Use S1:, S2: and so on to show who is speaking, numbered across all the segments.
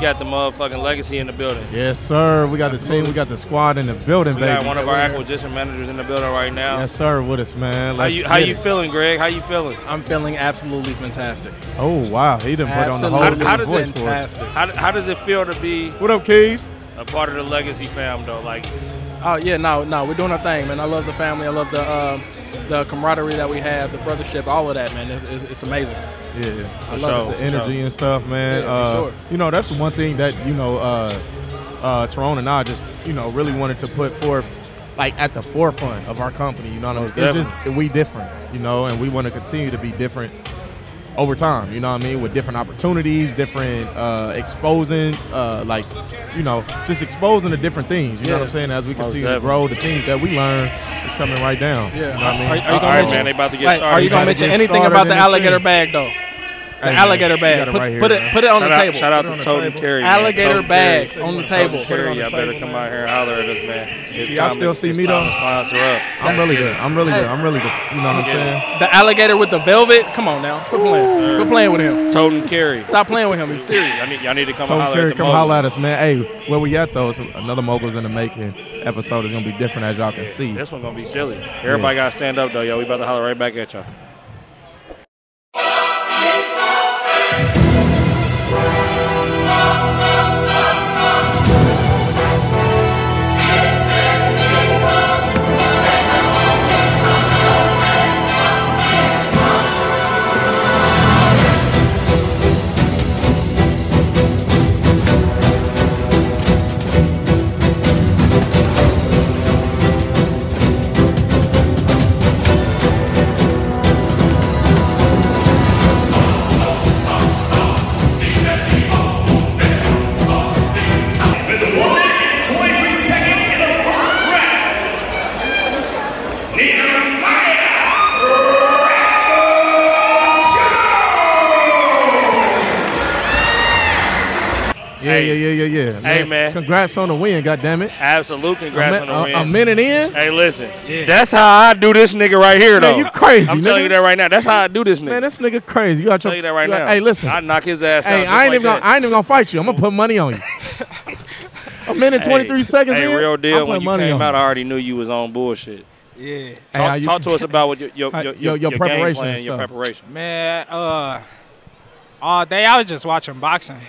S1: got the motherfucking legacy in the building.
S2: Yes, sir. We got the team. We got the squad in the building,
S1: We
S2: baby.
S1: got one of our acquisition managers in the building right now.
S2: Yes, sir. With us, man.
S1: How
S2: Let's
S1: you How
S2: get
S1: you
S2: it.
S1: feeling, Greg? How you feeling?
S3: I'm feeling absolutely fantastic.
S2: Oh wow, he done put on the whole
S3: Absolutely
S1: How- how
S2: new
S1: does
S2: voice
S1: it-
S2: for us.
S3: fantastic.
S1: How, how does it feel to be
S2: What up, Keys?
S1: a part of the legacy fam though? Like,
S3: Oh yeah, no, no, we're doing our thing, man. I love the family. I love the um, the camaraderie that we have, the brothership, all of that, man. It's, it's, it's amazing.
S2: Yeah,
S1: For
S2: I
S1: sure,
S2: love the
S1: for
S2: energy
S1: sure.
S2: and stuff, man.
S3: Yeah, for
S2: uh,
S3: sure.
S2: You know, that's the one thing that you know, uh, uh, Tyrone and I just you know really wanted to put forth, like at the forefront of our company. You know what I mean? It's
S1: definitely.
S2: just we different, you know, and we want to continue to be different over time. You know what I mean? With different opportunities, different uh, exposing, uh, like you know, just exposing to different things. You know what I'm
S3: Yeah.
S2: saying? As we
S1: Most
S2: continue to
S1: definitely.
S2: grow, the things that we learn is coming right down.
S3: Yeah.
S2: You know what I mean?
S3: Are- are you gonna
S2: Uh,
S1: all right,
S3: mention-
S1: man, they about to get
S3: Like,
S1: started.
S3: are you gonna
S2: Gotta
S3: mention
S2: get
S3: anything
S2: started
S3: about
S2: in
S3: the
S2: this
S3: alligator
S2: thing.
S3: bag though? The
S2: man,
S3: alligator
S2: you got
S3: bag.
S2: it
S3: Put,
S2: right here,
S3: put
S2: man.
S3: it put it on
S1: shout
S3: the
S1: out,
S3: table.
S1: shout out
S2: Put it on
S1: to
S2: the
S1: Toby
S2: table.
S1: Carey.
S3: Alligator bag
S1: bags
S3: on the table.
S1: Toby
S3: Put it
S1: Carey,
S2: on the
S1: y'all better
S2: table,
S1: come
S2: man.
S1: out here and holler at us, man. It's
S2: Y'all
S1: time
S2: still
S1: to,
S2: see
S1: it's
S2: me,
S1: time
S2: though?
S1: to Sponsor up.
S2: I'm really good. I'm really
S3: Hey.
S2: good. I'm really good. You know what I'm saying?
S3: The alligator with the velvet. Come on now. Quit playing. Quit playing with him.
S1: Totem Carey.
S3: Stop playing with him. He's serious.
S1: Y'all need, y'all need to come
S2: Tom
S1: holler
S2: Kerry,
S1: at the
S2: come
S1: Mogul.
S2: holler at us, man. Hey, where we at though? It's another moguls in the making episode is gonna be different as y'all can see.
S1: This one gonna be silly. Everybody gotta stand up though, yo. We about to holler right back at y'all.
S2: Yeah,
S1: Hey.
S2: yeah, yeah, yeah, yeah.
S1: Hey, man.
S2: Congrats on the win, God damn it.
S1: Absolute congrats
S2: a,
S1: on the
S2: mi-
S1: win.
S2: a- a minute in.
S1: Hey, listen. That's how I do this nigga right here, though.
S2: Man, you crazy,
S1: I'm telling
S2: nigga.
S1: you that right now. That's how I do this nigga.
S2: Man, this nigga crazy. You got your,
S1: tell you that right
S2: you got-
S1: now.
S2: Hey, listen.
S1: I knock his ass out.
S2: hey,
S1: just
S2: I
S1: like
S2: ain't even gonna,
S1: that.
S2: I ain't even gonna fight you. I'm gonna put money on you. a minute twenty three
S1: Hey,
S2: seconds
S1: Hey,
S2: in.
S1: real
S2: I'm
S1: deal. When
S2: putting
S1: you
S2: money
S1: came
S2: on
S1: out, I already knew you was on bullshit.
S4: Yeah,
S2: Hey, how
S1: Talk,
S2: you-
S1: talk to us about what your your,
S2: How-
S1: your, your,
S2: your- your
S1: your game
S2: preparation
S1: plan,
S2: and
S1: your
S2: stuff.
S1: preparation.
S4: man. Uh, all day I was just watching boxing,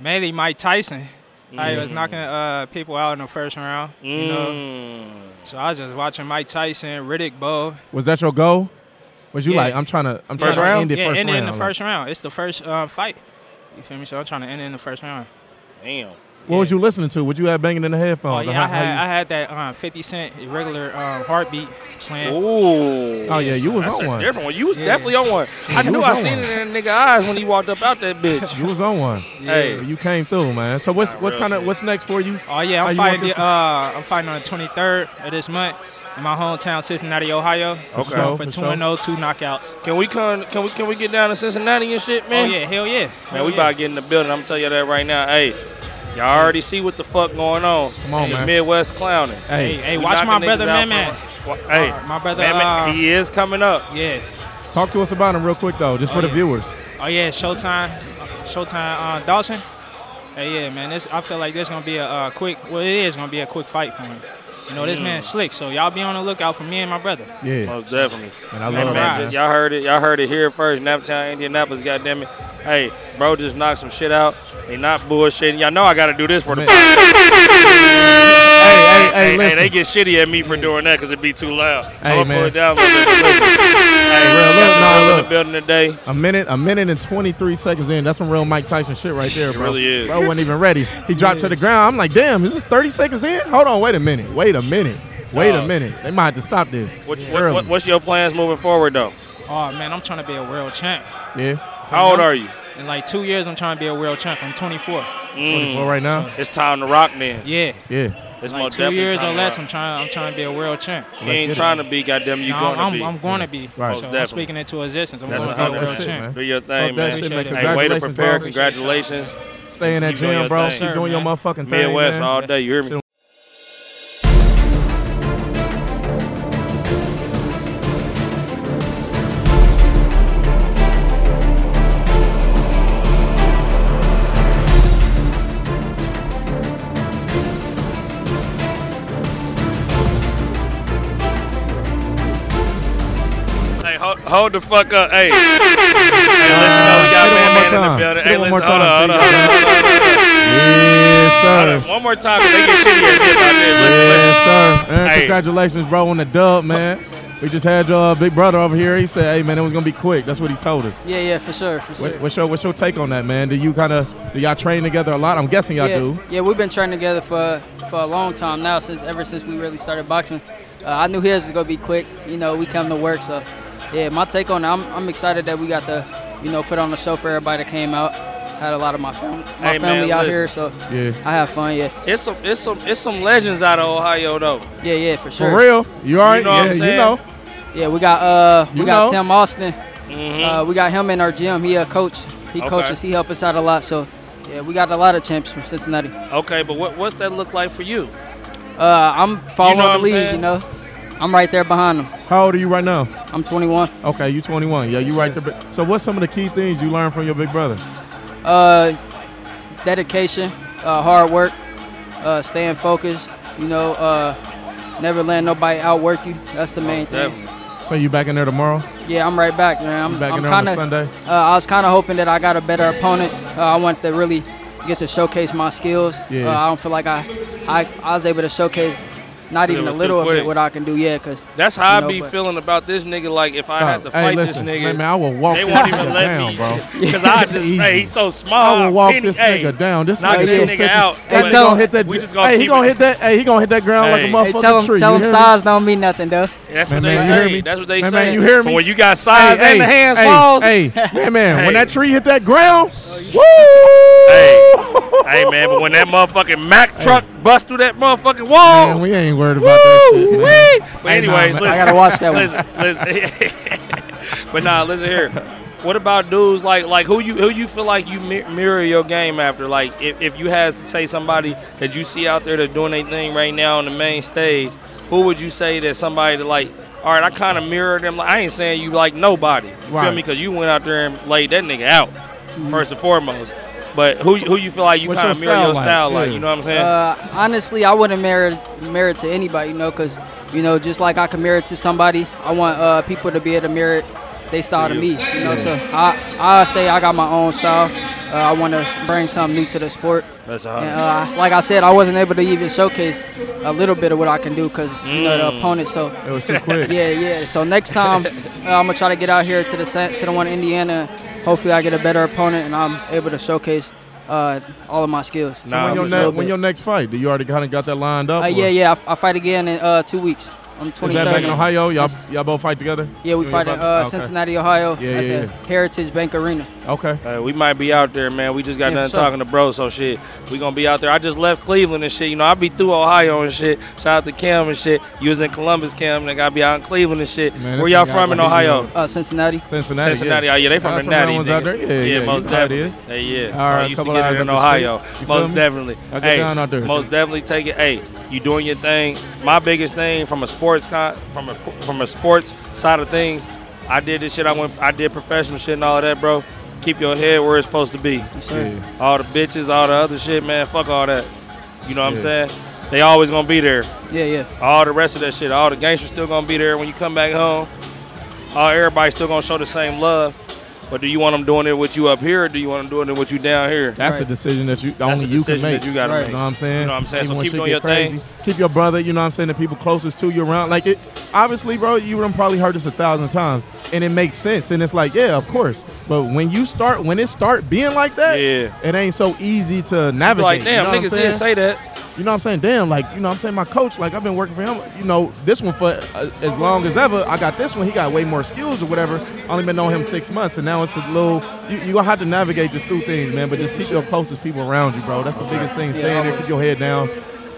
S4: mainly Mike Tyson. I was knocking uh, people out in the first round. You know,
S1: Mm.
S4: so I was just watching Mike Tyson, Riddick Bowe.
S2: Was that your goal? Was you
S4: Yeah.
S2: like, I'm trying to, I'm
S1: First
S2: trying
S1: round?
S2: to end it
S4: yeah,
S2: first
S4: end it
S2: round.
S4: in the
S2: like,
S4: first round. It's the first uh, fight. You feel me? So I'm trying to end it in the first round.
S1: Damn.
S2: What was you listening to? What you had banging in the headphones?
S4: Oh
S2: Or
S4: yeah, I
S2: how- how
S4: had I
S2: you-
S4: had that um, 50 Cent regular um, heartbeat playing.
S1: Ooh.
S2: Oh, yeah, you was
S1: That's
S2: on
S1: a
S2: one.
S1: different one. You was definitely on one. I
S2: you
S1: knew
S2: was
S1: I
S2: on
S1: seen
S2: one.
S1: it in that nigga eyes when he walked up out that bitch.
S2: you was on one.
S1: Hey.
S2: You came through, man. So what's
S1: Nah,
S2: what's
S1: real
S2: kind of
S1: shit.
S2: what's next for you?
S4: Oh yeah,
S2: How
S4: I'm
S2: you want
S4: fighting.
S2: this
S4: The,
S2: to-
S4: uh, I'm fighting on the 23rd of this month in my hometown, Cincinnati, Ohio.
S1: Okay.
S4: Going for
S2: For
S4: two
S2: sure.
S4: and zero, two knockouts.
S1: Can we come? Can we? Can we get down to Cincinnati and shit, man?
S4: Oh yeah, hell yeah.
S1: Man,
S4: Hell
S1: we
S4: yeah.
S1: about to get in the building. I'm telling you that right now. Hey, y'all already see what the fuck going on.
S2: Come on,
S1: the
S2: man.
S1: Midwest clowning.
S4: Hey,
S2: Hey,
S4: hey,
S1: We
S4: watch my
S1: knocking
S4: brother,
S1: niggas out
S4: man, man.
S1: for- Wa- Hey,
S4: Uh, my brother,
S1: Man, man,
S4: uh,
S1: he is coming up.
S4: Yeah.
S2: talk to us about him real quick though, just for the
S4: yeah.
S2: viewers.
S4: Oh yeah, Showtime, Showtime, uh, Dawson. Hey yeah, man. This I feel like this gonna be a uh, quick. Well, it is gonna be a quick fight for him. You know, this man's slick, so y'all be on the lookout for me and my brother.
S2: Mm. Yeah,
S1: Most definitely.
S2: and I
S1: Man,
S2: love
S1: man,
S2: that.
S4: right.
S1: just-
S2: man.
S1: y'all heard it. Y'all heard it here first. Naptown, Indianapolis. Goddamn it. Hey, bro, just knocked some shit out. They not bullshitting. Y'all know I got to do this for the.
S2: Man. Hey, hey, hey, listen.
S1: they get shitty at me for doing that because it'd be too loud.
S2: Hey,
S1: I'm gonna
S2: man.
S1: pull it down a little bit. Listen. Hey,
S2: Real,
S1: we
S2: look,
S1: got the real
S2: nah,
S1: in
S2: look.
S1: the building today.
S2: A minute, a minute and 23 seconds in. That's some real Mike Tyson shit right there, bro.
S1: really is.
S2: Bro wasn't even ready. He dropped to the ground. I'm like, damn, is this 30 seconds in? Hold on, wait a minute. Wait a minute. Wait a
S1: Dog.
S2: minute. They might have to stop this.
S1: What,
S2: Early.
S1: what, what, what's your plans moving forward though?
S4: Oh man, I'm trying to be a world champ.
S2: yeah.
S1: How old are you?
S4: In like two years, I'm trying to be a world champ. I'm 24.
S1: Mm.
S2: Well, right now.
S1: It's time to rock then.
S4: Yeah.
S2: Yeah.
S1: It's
S4: Like
S1: most
S4: two
S1: definitely
S4: years
S1: time
S4: or
S1: to
S4: less, I'm
S1: rock.
S4: trying. I'm trying to be a world champ.
S1: You ain't
S2: get it.
S1: trying to be goddamn. You
S4: No,
S1: going to
S4: I'm,
S1: be.
S4: I'm going to be.
S2: Right.
S4: So I'm
S1: Definitely.
S4: speaking into existence. I'm
S1: That's
S4: going
S1: what's
S4: to
S1: up,
S4: be a world
S1: man.
S4: champ.
S1: Do your thing,
S2: Fuck that
S1: man.
S2: shit, man.
S1: Hey, way to
S2: Congratulations,
S1: prepare.
S2: bro.
S1: Congratulations.
S2: Stay in that
S1: Keep doing
S2: gym,
S1: your thing.
S2: bro. Keep doing your
S4: Sure,
S2: motherfucking thing.
S1: Midwest
S2: man.
S1: all day. You hear me?
S2: Shit.
S1: Hold the fuck up. Hey. hey, listen, though, we got Man
S2: Hit it one more
S1: Man in the
S2: time.
S1: building.
S2: Hit it
S1: Hey, listen,
S2: one more
S1: hold on,
S2: time,
S1: hold on,
S2: see?
S1: hold on, hold on.
S2: Yes,
S1: Hold
S2: sir.
S1: on. One more time. 'cause They get shitty as shit out there. Listen, listen.
S2: Yes, sir. And
S1: Hey.
S2: congratulations, bro, on the dub, man. We just had your uh, big brother over here. He said, "Hey, man, it was gonna be quick." That's what he told us.
S5: Yeah, yeah, for sure, for sure.
S2: What, what's your What's your take on that, man? Do you kind of do y'all train together a lot? I'm guessing y'all
S5: yeah,
S2: do.
S5: yeah, we've been training together for for a long time now, since ever since we really started boxing. Uh, I knew his was gonna be quick. You know, we come to work, so yeah. My take on it, I'm I'm excited that we got the you know put on the show for everybody that came out. Had a lot of my fam- my
S1: Hey, man,
S5: family out
S1: listen.
S5: here, so
S2: Yeah.
S5: I have fun. Yeah,
S1: It's some, it's some, it's some legends out of Ohio though.
S5: yeah, yeah, for sure.
S2: For real, you all right?
S1: know what I'm
S2: yeah, you
S1: saying?
S2: know.
S5: Yeah, we got uh we
S2: You
S5: got
S2: know.
S5: Tim Austin.
S1: Mhm.
S5: Uh, we got him in our gym. He a coach. He
S1: Okay.
S5: coaches. He help us out a lot. So yeah, we got a lot of champs from Cincinnati.
S1: okay, but what what's that look like for you?
S5: Uh, I'm following
S1: what
S5: the
S1: I'm
S5: league.
S1: saying?
S5: You know, I'm right there behind him.
S2: How old are you right now?
S5: I'm 21.
S2: Okay, you 21. Yeah, you right there. So, what's some of the key things you learned from your big brother?
S5: Uh, dedication, uh, hard work, uh, staying focused. You know, uh, never letting nobody outwork you. That's the main thing.
S1: Definitely.
S2: So, you back in there tomorrow?
S5: Yeah, I'm right back, man.
S2: You
S5: I'm,
S2: back
S5: I'm
S2: in there on
S5: kind
S2: the
S5: of.
S2: Sunday?
S5: Uh, I was kind of hoping that I got a better opponent. Uh, I wanted to really get to showcase my skills.
S2: Yeah.
S5: Uh, I don't feel like I, I, I was able to showcase not
S1: It
S5: even a
S1: was too
S5: little of
S1: quick.
S5: it what I can do yet. Cause
S1: That's how
S5: No,
S1: I be
S5: but-
S1: feeling about this nigga. Like if I had to
S2: Stop.
S1: fight
S2: hey, listen,
S1: this nigga,
S2: Man, man, I will walk
S1: they
S2: this
S1: won't
S2: nigga
S1: even let
S2: down,
S1: me,
S2: bro.
S1: Cause I just,
S2: Easy.
S1: hey, he's so small.
S2: I will walk
S1: Penny-
S2: this
S1: hey,
S2: nigga down. This
S1: knock
S2: nigga,
S1: this
S2: 250.
S1: nigga out.
S5: Hey,
S1: but
S2: he
S5: tell him-
S2: gonna hit that.
S1: we just gonna
S2: hey, he
S1: keep
S2: gonna
S1: it.
S2: hit that. Hey, he gonna hit that ground
S1: Hey.
S2: like a
S5: hey,
S2: motherfucking
S5: tell him,
S2: tree.
S5: tell
S2: You
S5: him
S2: hear me?
S5: size don't mean nothing, though.
S1: That's
S2: Man,
S1: what they
S2: man, you hear
S1: say.
S2: me?
S1: That's what they
S2: man,
S1: say.
S2: Man, you hear me?
S1: When you got size and the hands
S2: hey,
S1: balls,
S2: Hey, man, man,
S1: Hey.
S2: when that tree hit that ground, woo!
S1: hey man, but when that motherfucking Mack truck bust through that motherfucking
S2: Man,
S1: wall,
S2: we ain't worried about that
S1: Oh. woo,
S2: shit, man.
S1: wee. But
S2: Hey, nah,
S1: anyways,
S2: man,
S1: listen,
S5: I gotta watch that one.
S1: listen, listen. but nah, listen here. What about dudes like like who you who you feel like you mi- mirror your game after? Like if, if you had to say somebody that you see out there that's doing their thing right now on the main stage, who would you say that somebody that like? All right, I kind of mirror them. Like I ain't saying you like nobody. You feel
S2: Right. Mm-hmm.
S1: me? Because you went out there and laid that nigga out first and foremost. But who who you feel like you
S2: What's
S1: kind of
S2: your
S1: mirror your
S2: style like?
S1: style like?
S2: Yeah.
S1: You know what I'm saying?
S5: Uh, honestly, I wouldn't mirror mirror to anybody, you know, because you know, just like I can mirror to somebody, I want uh, people to be able to mirror they style to me, you know. So I I say I got my own style. Uh, I want to bring something new to the sport.
S1: That's a
S5: And,
S1: hundred.
S5: uh, like I said, I wasn't able to even showcase a little bit of what I can do because you know
S1: Mm.
S5: the opponent. So
S2: It was too quick.
S5: yeah, yeah. So next time, uh, I'm gonna try to get out here to the sa- to the one in Indiana. Hopefully, I get a better opponent and I'm able to showcase uh, all of my skills.
S1: Nah,
S2: When your,
S1: Just
S5: a
S2: ne-
S5: little
S2: when
S5: bit.
S2: your next fight, do you already kind of got that lined up?
S5: Uh,
S2: or-
S5: yeah, yeah. I, f- I fight again in uh, two weeks. I'm 23rd.
S2: Is that back in Ohio? Y'all, y'all both fight together?
S5: Yeah, we
S2: You and your
S5: fight in
S2: brother?
S5: uh,
S2: Okay.
S5: Cincinnati, Ohio,
S2: Yeah,
S5: at
S2: yeah,
S5: the
S2: yeah.
S5: Heritage Bank Arena.
S2: Okay.
S1: Uh, we might be out there, man. We just got
S5: Yeah,
S1: done
S5: for sure.
S1: talking to bro, so shit. We gonna be out there. I just left Cleveland and shit. You know, I be through Ohio and shit. Shout out to Cam and shit. You was in Columbus, Cam, and I gotta be out in Cleveland and shit.
S2: Man,
S1: Where
S2: this
S1: y'all
S2: nigga
S1: from in
S2: out here,
S1: Ohio?
S5: Uh, Cincinnati.
S2: Cincinnati.
S1: Cincinnati. Oh yeah, they from
S2: That's
S1: the
S2: some of
S1: Natty.
S2: the ones out
S1: nigga.
S2: there. Yeah, yeah,
S1: most
S2: you know how it
S1: definitely. Hey, yeah.
S2: All
S1: so I
S2: right,
S1: used to
S2: couple
S1: get
S2: hours
S1: it in
S2: up the street.
S1: Ohio.
S2: You feel
S1: Most
S2: me?
S1: definitely.
S2: I'll get
S1: Hey,
S2: down out there.
S1: most definitely take it. Hey, you doing your thing. My biggest thing from a sports con, from a from a sports side of things, I did this shit. I went, I did professional shit and all that, bro. Keep your head where it's supposed to be.
S2: Yeah.
S1: All the bitches, all the other shit, man. Fuck all that. You know what
S2: Yeah.
S1: I'm saying? They always gonna be there.
S5: Yeah, yeah.
S1: All the rest of that shit, all the gangsters still gonna be there when you come back home. All everybody still gonna show the same love. But do you want them doing it with you up here, or do you want them doing it with you down here?
S2: That's
S5: Right.
S2: a decision that you
S1: That's
S2: only
S1: the
S2: you
S1: decision
S2: can make.
S1: that you gotta
S5: Right.
S1: make.
S2: You know what I'm saying?
S1: You know what I'm saying?
S2: Even
S1: So
S2: when
S1: keep
S2: shit
S1: doing
S2: get
S1: your thing.
S2: Keep your brother, you know what I'm saying, the people closest to you around. Like, it, obviously, bro, you done probably heard this a thousand times, and it makes sense. And it's like, yeah, of course. But when you start, when it start being like that,
S1: Yeah.
S2: it ain't so easy to navigate.
S1: Like,
S2: you
S1: damn,
S2: know what I'm
S1: niggas
S2: saying?
S1: did say that.
S2: You know what I'm saying? Damn, like, you know what I'm saying? My coach, like, I've been working for him, you know, this one for uh, as long as ever. I got this one. He got way more skills or whatever. I only been on him six months, and now it's a little, you, you gonna have to navigate just through things, man, but just keep your closest people around you, bro. That's the biggest thing. Stay in there, keep your head down.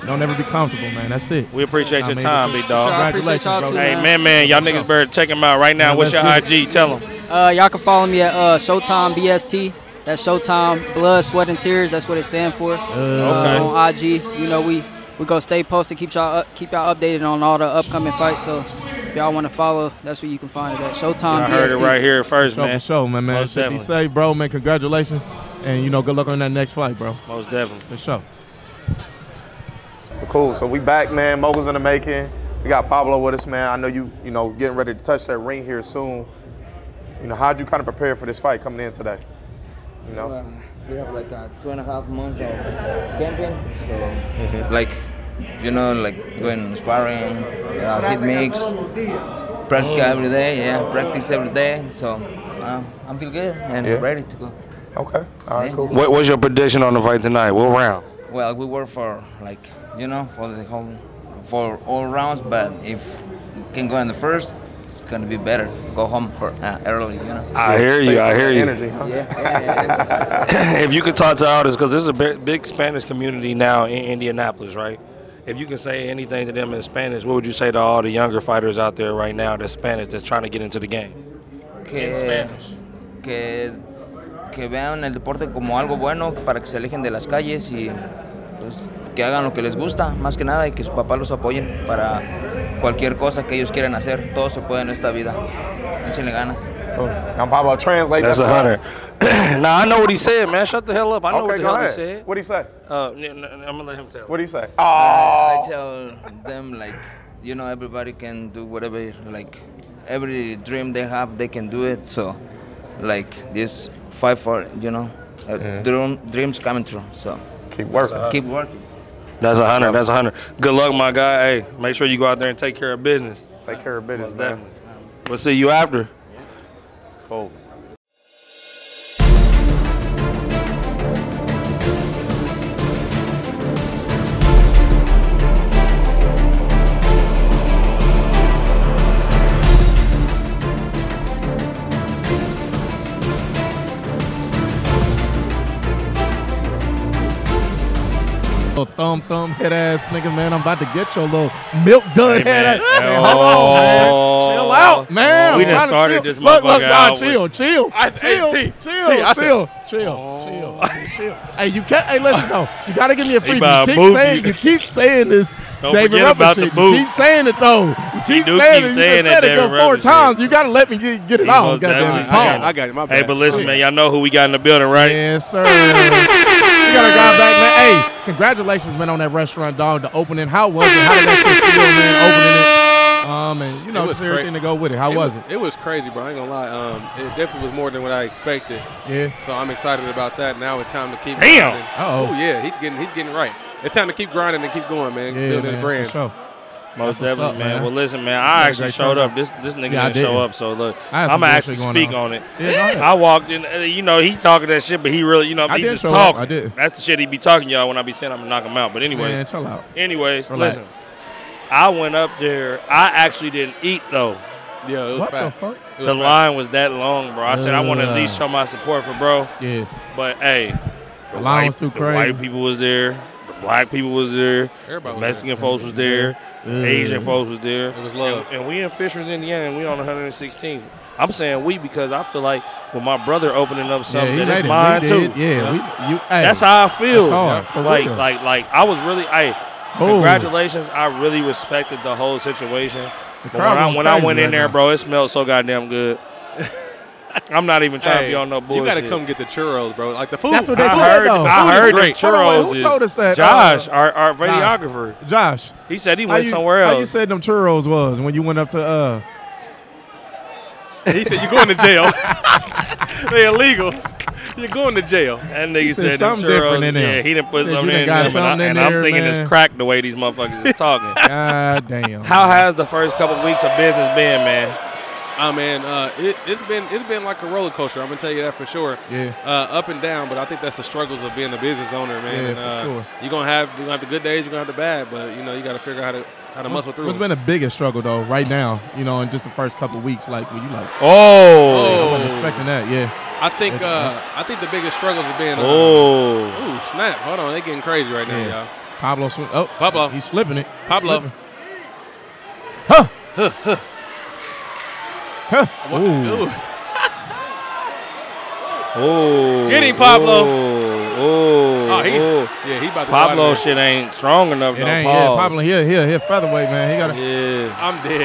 S2: Don't ever be comfortable, man. That's it.
S1: We appreciate your
S2: I mean,
S1: time, big dog.
S5: Sure, I appreciate
S2: Congratulations,
S5: y'all
S2: bro.
S5: too,
S1: Hey
S5: man.
S1: man, man, y'all niggas better check him out right now.
S2: Man,
S1: What's your
S2: let's
S1: IG? Tell him.
S5: Uh, y'all can follow me at uh, Showtime BST. That's Showtime Blood, Sweat, and Tears. That's what it stands for.
S2: Uh,
S5: Uh,
S2: Okay.
S5: on IG, you know we we gonna stay posted, keep y'all up, keep y'all updated on all the upcoming fights. So if y'all want to follow, that's where you can find it at Showtime
S1: I heard it
S5: BST.
S1: right here first,
S2: Show for
S1: man.
S2: show, man, man.
S1: Most
S2: Should be
S1: definitely.
S2: safe, bro, man. Congratulations. And, you know, good luck on that next flight, bro.
S1: Most definitely.
S2: For sure.
S6: So cool. So we back, man. Moguls in the making. We got Pablo with us, man. I know you, you know, getting ready to touch that ring here soon. You know, how'd you kind of prepare for this fight coming in today? You know,
S7: Well, we have like a two and a half months of camping, so
S6: Mhm.
S8: like you know like doing sparring uh, hit mix practice every
S6: Mm.
S8: day yeah practice every day so uh, i feel good and
S6: Yeah.
S8: ready to go
S6: okay, all right,
S8: Yeah.
S6: cool.
S1: What, what's your prediction on the fight tonight? What round?
S8: well we work for like you know for the whole for all rounds but if can go in the first it's gonna be better go home for uh, early you know
S1: I hear
S6: Save
S1: you. I
S6: some
S1: hear you.
S6: Energy, huh?
S8: yeah, yeah, yeah.
S1: if you could talk to all this, because this is a bi- big Spanish community now in Indianapolis, right? If you can say anything to them in Spanish, what would you say to all the younger fighters out there right now that's Spanish that's trying to get into the game?
S8: que, que, que vean el deporte como algo bueno para que se alejen de las calles y pues, que hagan lo que les gusta, más que nada, y que sus papás los apoyen para cualquier cosa que ellos quieran hacer. Todo se puede en esta vida. Échenle ganas.
S6: Cool. Now, Pablo, translate
S1: That's a
S6: that
S1: hunter.
S6: for us.
S1: now I know what he said, man. Shut the hell up. I know what
S6: Okay,
S1: the
S6: go
S1: hell
S6: ahead.
S1: he said.
S6: What do you say?
S1: Uh, n- n- I'm gonna let him tell. Ah.
S6: What do you say? Oh,
S8: I tell them like, you know, everybody can do whatever, like, every dream they have, they can do it. So, like, this fight for, you know, uh, dream, dreams coming true. So,
S6: keep working.
S8: keep working.
S1: That's a hundred. That's a hundred. Good luck, my guy. Hey, make sure you go out there and take care of business.
S6: Take care of business, man.
S1: Definitely. We'll see you after.
S6: Cool.
S2: Little oh, thumb thumb head ass nigga, man. I'm about to get your little milk dud
S1: Hey, man.
S2: head ass. Man, hold on, man.
S1: Oh.
S2: Chill out, man.
S1: We
S2: I'm
S1: done
S2: trying to
S1: started
S2: chill.
S1: this
S2: Look, look,
S1: motherfucker
S2: nah,
S1: out
S2: chill, chill, chill,
S1: T,
S2: chill,
S1: T, I said-
S2: chill, chill, chill, chill. Hey, you can't. Hey, listen though, you gotta give me a free. You
S1: about
S2: keep
S1: to move
S2: saying
S1: you.
S2: you keep saying this.
S1: Don't
S2: David
S1: forget
S2: Ruffin
S1: about the
S2: shit.
S1: move.
S2: You keep saying it though. You keep
S1: do
S2: saying
S1: keep
S2: it.
S1: saying
S2: you
S1: that
S2: done said it
S1: David
S2: though four
S1: Ruffin shit.
S2: times. You gotta let me get, get it out.
S1: most
S2: Oh, Goddamn
S1: definitely.
S2: it.
S1: I got it.
S2: Pause.
S3: I got it. My bad.
S1: Hey, but listen, man. Y'all know who we got in the building, right?
S2: Yes, sir. we got a guy back, man. Hey, congratulations, man, on that restaurant, dog. The opening. How was it? How did that shit feel, man? Opening it. Um, and you know,
S3: It was
S2: just everything
S3: great.
S2: to go with it. How was,
S3: It was crazy, bro. I ain't gonna lie. Um, it definitely was more than what I expected.
S2: it? Yeah.
S3: So I'm excited about that. Now it's time to keep.
S1: Damn.
S3: grinding.
S2: Uh-oh.
S3: Ooh, yeah, he's getting he's getting right. It's time to keep grinding and keep going, man.
S2: Yeah,
S3: Building
S2: man.
S3: his
S2: for
S3: brand.
S2: sure.
S1: Most
S2: That's what's
S1: definitely,
S2: up,
S1: man.
S2: man.
S1: Well, listen, man. I
S2: a
S1: actually
S2: great
S1: showed
S2: turnout.
S1: up. This this nigga
S2: Yeah, I
S1: didn't show
S2: didn't.
S1: up. So look,
S2: I
S1: I'm
S2: had
S1: gonna
S2: some bullshit
S1: actually
S2: going
S1: speak
S2: on.
S1: on, it.
S2: Yeah, go ahead.
S1: I walked in. uh, You know, he talking that shit, but he really, you know,
S2: I
S1: he
S2: did
S1: just
S2: show up.
S1: talking.
S2: I did.
S1: That's the shit he be talking y'all when I be saying I'm gonna knock him out. But anyways,
S2: Man, chill out.
S1: anyways,
S2: Relax.
S1: listen. I went up there. I actually didn't eat though.
S3: Yeah, it was
S2: What the
S3: fast.
S2: fuck?
S3: It was
S1: The
S3: fast.
S1: line was that long, bro. I said I want to at least
S2: Ugh.
S1: show my support for bro.
S2: Yeah.
S1: But hey, the
S2: line
S1: white-
S2: was too
S1: the
S2: crazy.
S1: white people was there. The black people was there. the
S3: Everybody was
S1: Mexican folks was there.
S2: Mm-hmm.
S1: The Asian folks was there.
S3: It was love.
S1: And, and we in Fishers, Indiana, and we on 116th. I'm saying we because I feel like with my brother opening up something
S2: yeah,
S1: that is
S2: he
S1: mine
S2: made it.
S1: too.
S2: We did. Yeah, we, you, hey,
S1: That's how I feel.
S2: That's hard, for
S1: like,
S2: real.
S1: like, like I was really. Hey,
S2: Oh.
S1: congratulations! I really respected the whole situation. But when
S2: crowd
S1: I,
S2: going
S1: when I
S2: crazy
S1: went in
S2: right
S1: there,
S2: now.
S1: bro, it smelled so goddamn good. I'm not even trying to be on no bullshit.
S3: You gotta come get the churros, bro. Like the food.
S2: That's what they
S1: I
S2: said,
S1: heard,
S2: though.
S1: I
S2: Food is
S1: heard them
S2: great. Hold on, wait,
S1: churros.
S2: who
S1: is-
S2: told us that?
S1: Josh,
S2: Uh,
S1: our, our videographer,
S2: Josh.
S1: he said he
S2: How
S1: went
S2: you,
S1: somewhere
S2: how you
S1: else.
S2: said them churros was when you went up to uh
S3: he said you're going to jail. they illegal. You're going to jail.
S1: That nigga
S2: said
S1: said, them
S2: something different
S1: churros.
S2: in there.
S1: Yeah, he didn't put
S2: Said you
S1: something
S2: done
S1: in
S2: got
S1: there, but I-
S2: something in
S1: and
S2: there,
S1: I'm thinking
S2: man.
S1: it's cracked the way these motherfuckers is talking.
S2: God damn.
S1: How has the first couple weeks of business been, man?
S3: Oh man, uh, it, it's been it's been like a roller coaster. I'm gonna tell you that for sure.
S2: Yeah.
S3: Uh, up and down, but I think that's the struggles of being a business owner, man.
S2: Yeah,
S3: and,
S2: for
S3: uh,
S2: sure.
S3: You're gonna have you're gonna have the good days, you're gonna have the bad, but you know you gotta figure out how to how to muscle through.
S2: What's
S3: 'em.
S2: been the biggest struggle though, right now? You know, in just the first couple weeks, like, were you like, I
S1: Oh,
S2: wasn't expecting that. Yeah,
S3: I think uh, I think the biggest struggles have been. Uh,
S1: oh,
S3: Ooh, snap! Hold on, they getting crazy right now,
S2: Yeah.
S3: y'all.
S2: Pablo. Sw- oh,
S3: Pablo.
S2: he's slipping it. He's
S3: Pablo.
S2: slipping. Huh. Huh. Huh. Ooh.
S3: Ooh.
S1: oh,
S3: Get him, Pablo.
S1: Oh, oh,
S3: Oh, he's,
S1: oh.
S3: yeah, he about to go out of
S1: Pablo
S3: there.
S1: shit ain't strong enough.
S2: It
S1: no
S2: ain't. Yeah,
S1: pause.
S2: Pablo. He'll he'll hit featherweight, man. He got
S1: Yeah.
S3: I'm dead,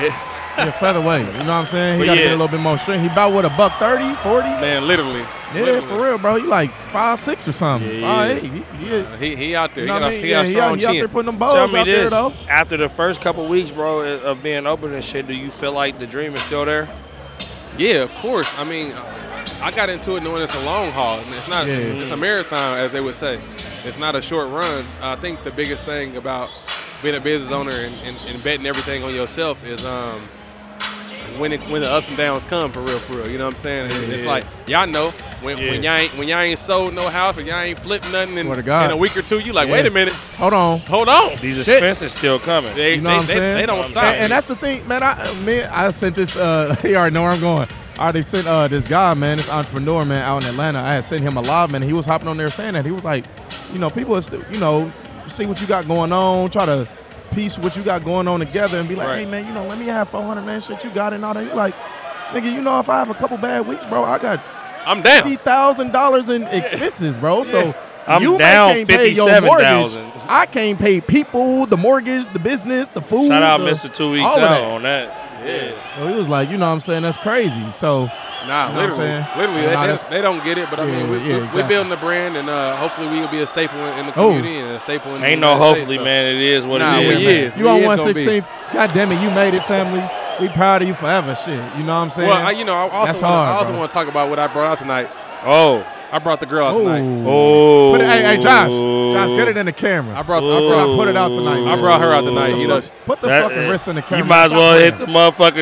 S2: to hit featherweight. You know what I'm saying?
S1: But
S2: He got to
S1: yeah.
S2: get a little bit more strength. He about what a buck 30, 40?
S3: man. Literally.
S2: Yeah, for real, bro. He like five six or something.
S1: Yeah.
S2: Five eight. He, he,
S3: real. Uh, He, he out there.
S2: you know what I
S3: he
S2: mean?
S3: got,
S2: Yeah,
S3: a, he
S2: he,
S3: got a strong
S2: out, he out there
S3: chin.
S2: putting them balls
S1: Tell me
S2: out there
S1: this:
S2: though.
S1: after the first couple weeks, bro, of being open and shit, do you feel like the dream is still there?
S3: Yeah, of course. I mean, I got into it knowing it's a long haul. and It's not.
S2: Yeah.
S3: It's a marathon, as they would say. It's not a short run. I think the biggest thing about being a business owner and, and, and betting everything on yourself is um, when it, when the ups and downs come for real, for real. You know what I'm saying? It's, it's
S1: Yeah.
S3: like y'all know when, when
S1: Yeah.
S3: y'all ain't when y'all ain't sold no house or y'all ain't flipped nothing in,
S2: Swear to
S3: in
S2: God.
S3: a week or two. You like,
S2: Yeah.
S3: wait a minute,
S2: Hold on.
S3: hold on.
S1: These
S2: Shit.
S1: expenses still coming.
S3: They,
S2: You know
S3: they,
S2: what I'm
S3: they,
S2: saying?
S3: they don't
S1: And-
S3: stop.
S2: And, and that's the thing, man. I man, I sent this. Uh, you already know where I'm going. I already sent uh, this guy, man, this entrepreneur, man, out in Atlanta. I had sent him a live, man. He was hopping on there saying that he was like, you know, people, is, you know, see what you got going on, try to piece what you got going on together, and be like,
S3: Right.
S2: hey, man, you know, let me have 400, man, shit you got and all that. You like, nigga, you know, if I have a couple bad weeks, bro, I got
S3: I'm down.
S2: fifty thousand dollars in expenses, bro. So
S1: I'm
S2: you might
S1: down
S2: can't pay your
S1: $57,000.
S2: mortgage. I can't pay people, the mortgage, the business, the food.
S1: Shout out
S2: the-
S1: Mr. Two Weeks
S2: all of
S1: Out
S2: that.
S1: on that. Yeah.
S2: So he was like, you know what I'm saying? That's crazy. So
S3: Nah,
S2: You know what I'm
S3: literally,
S2: saying?
S3: literally, they,
S2: Nah,
S3: they,
S2: that's-
S3: they don't get it. But I
S2: Yeah,
S3: mean, we,
S2: yeah,
S3: we-
S2: exactly.
S3: we're building the brand, and uh, hopefully, we will be a staple in, in the
S2: Oh.
S3: community and a staple in. the
S1: Ain't no
S3: United
S1: hopefully,
S3: States, so-
S1: man. It is what
S3: Nah,
S1: it
S3: we
S1: is.
S3: is.
S1: man.
S2: you on
S3: He is gonna be.
S2: 116th. God damn it, you made it, family. We proud of you forever, shit. You know what I'm saying?
S3: Well, I, you know, I
S2: That's
S3: also wanna,
S2: hard,
S3: I also
S2: bro.
S3: want to talk about what I brought out tonight.
S1: Oh,
S3: I brought the girl out tonight.
S2: Ooh.
S1: oh.
S2: Put it, hey, hey, Josh. Josh, get it in the camera.
S3: I brought,
S2: I
S3: I
S2: said I
S3: brought,
S2: put it out tonight.
S3: I brought her out
S2: Put
S3: tonight.
S2: the
S3: You know,
S2: fuck- Put the
S1: That-
S2: fucking wrist in the camera.
S1: You might as
S2: Stop
S1: well
S2: playing.
S1: hit the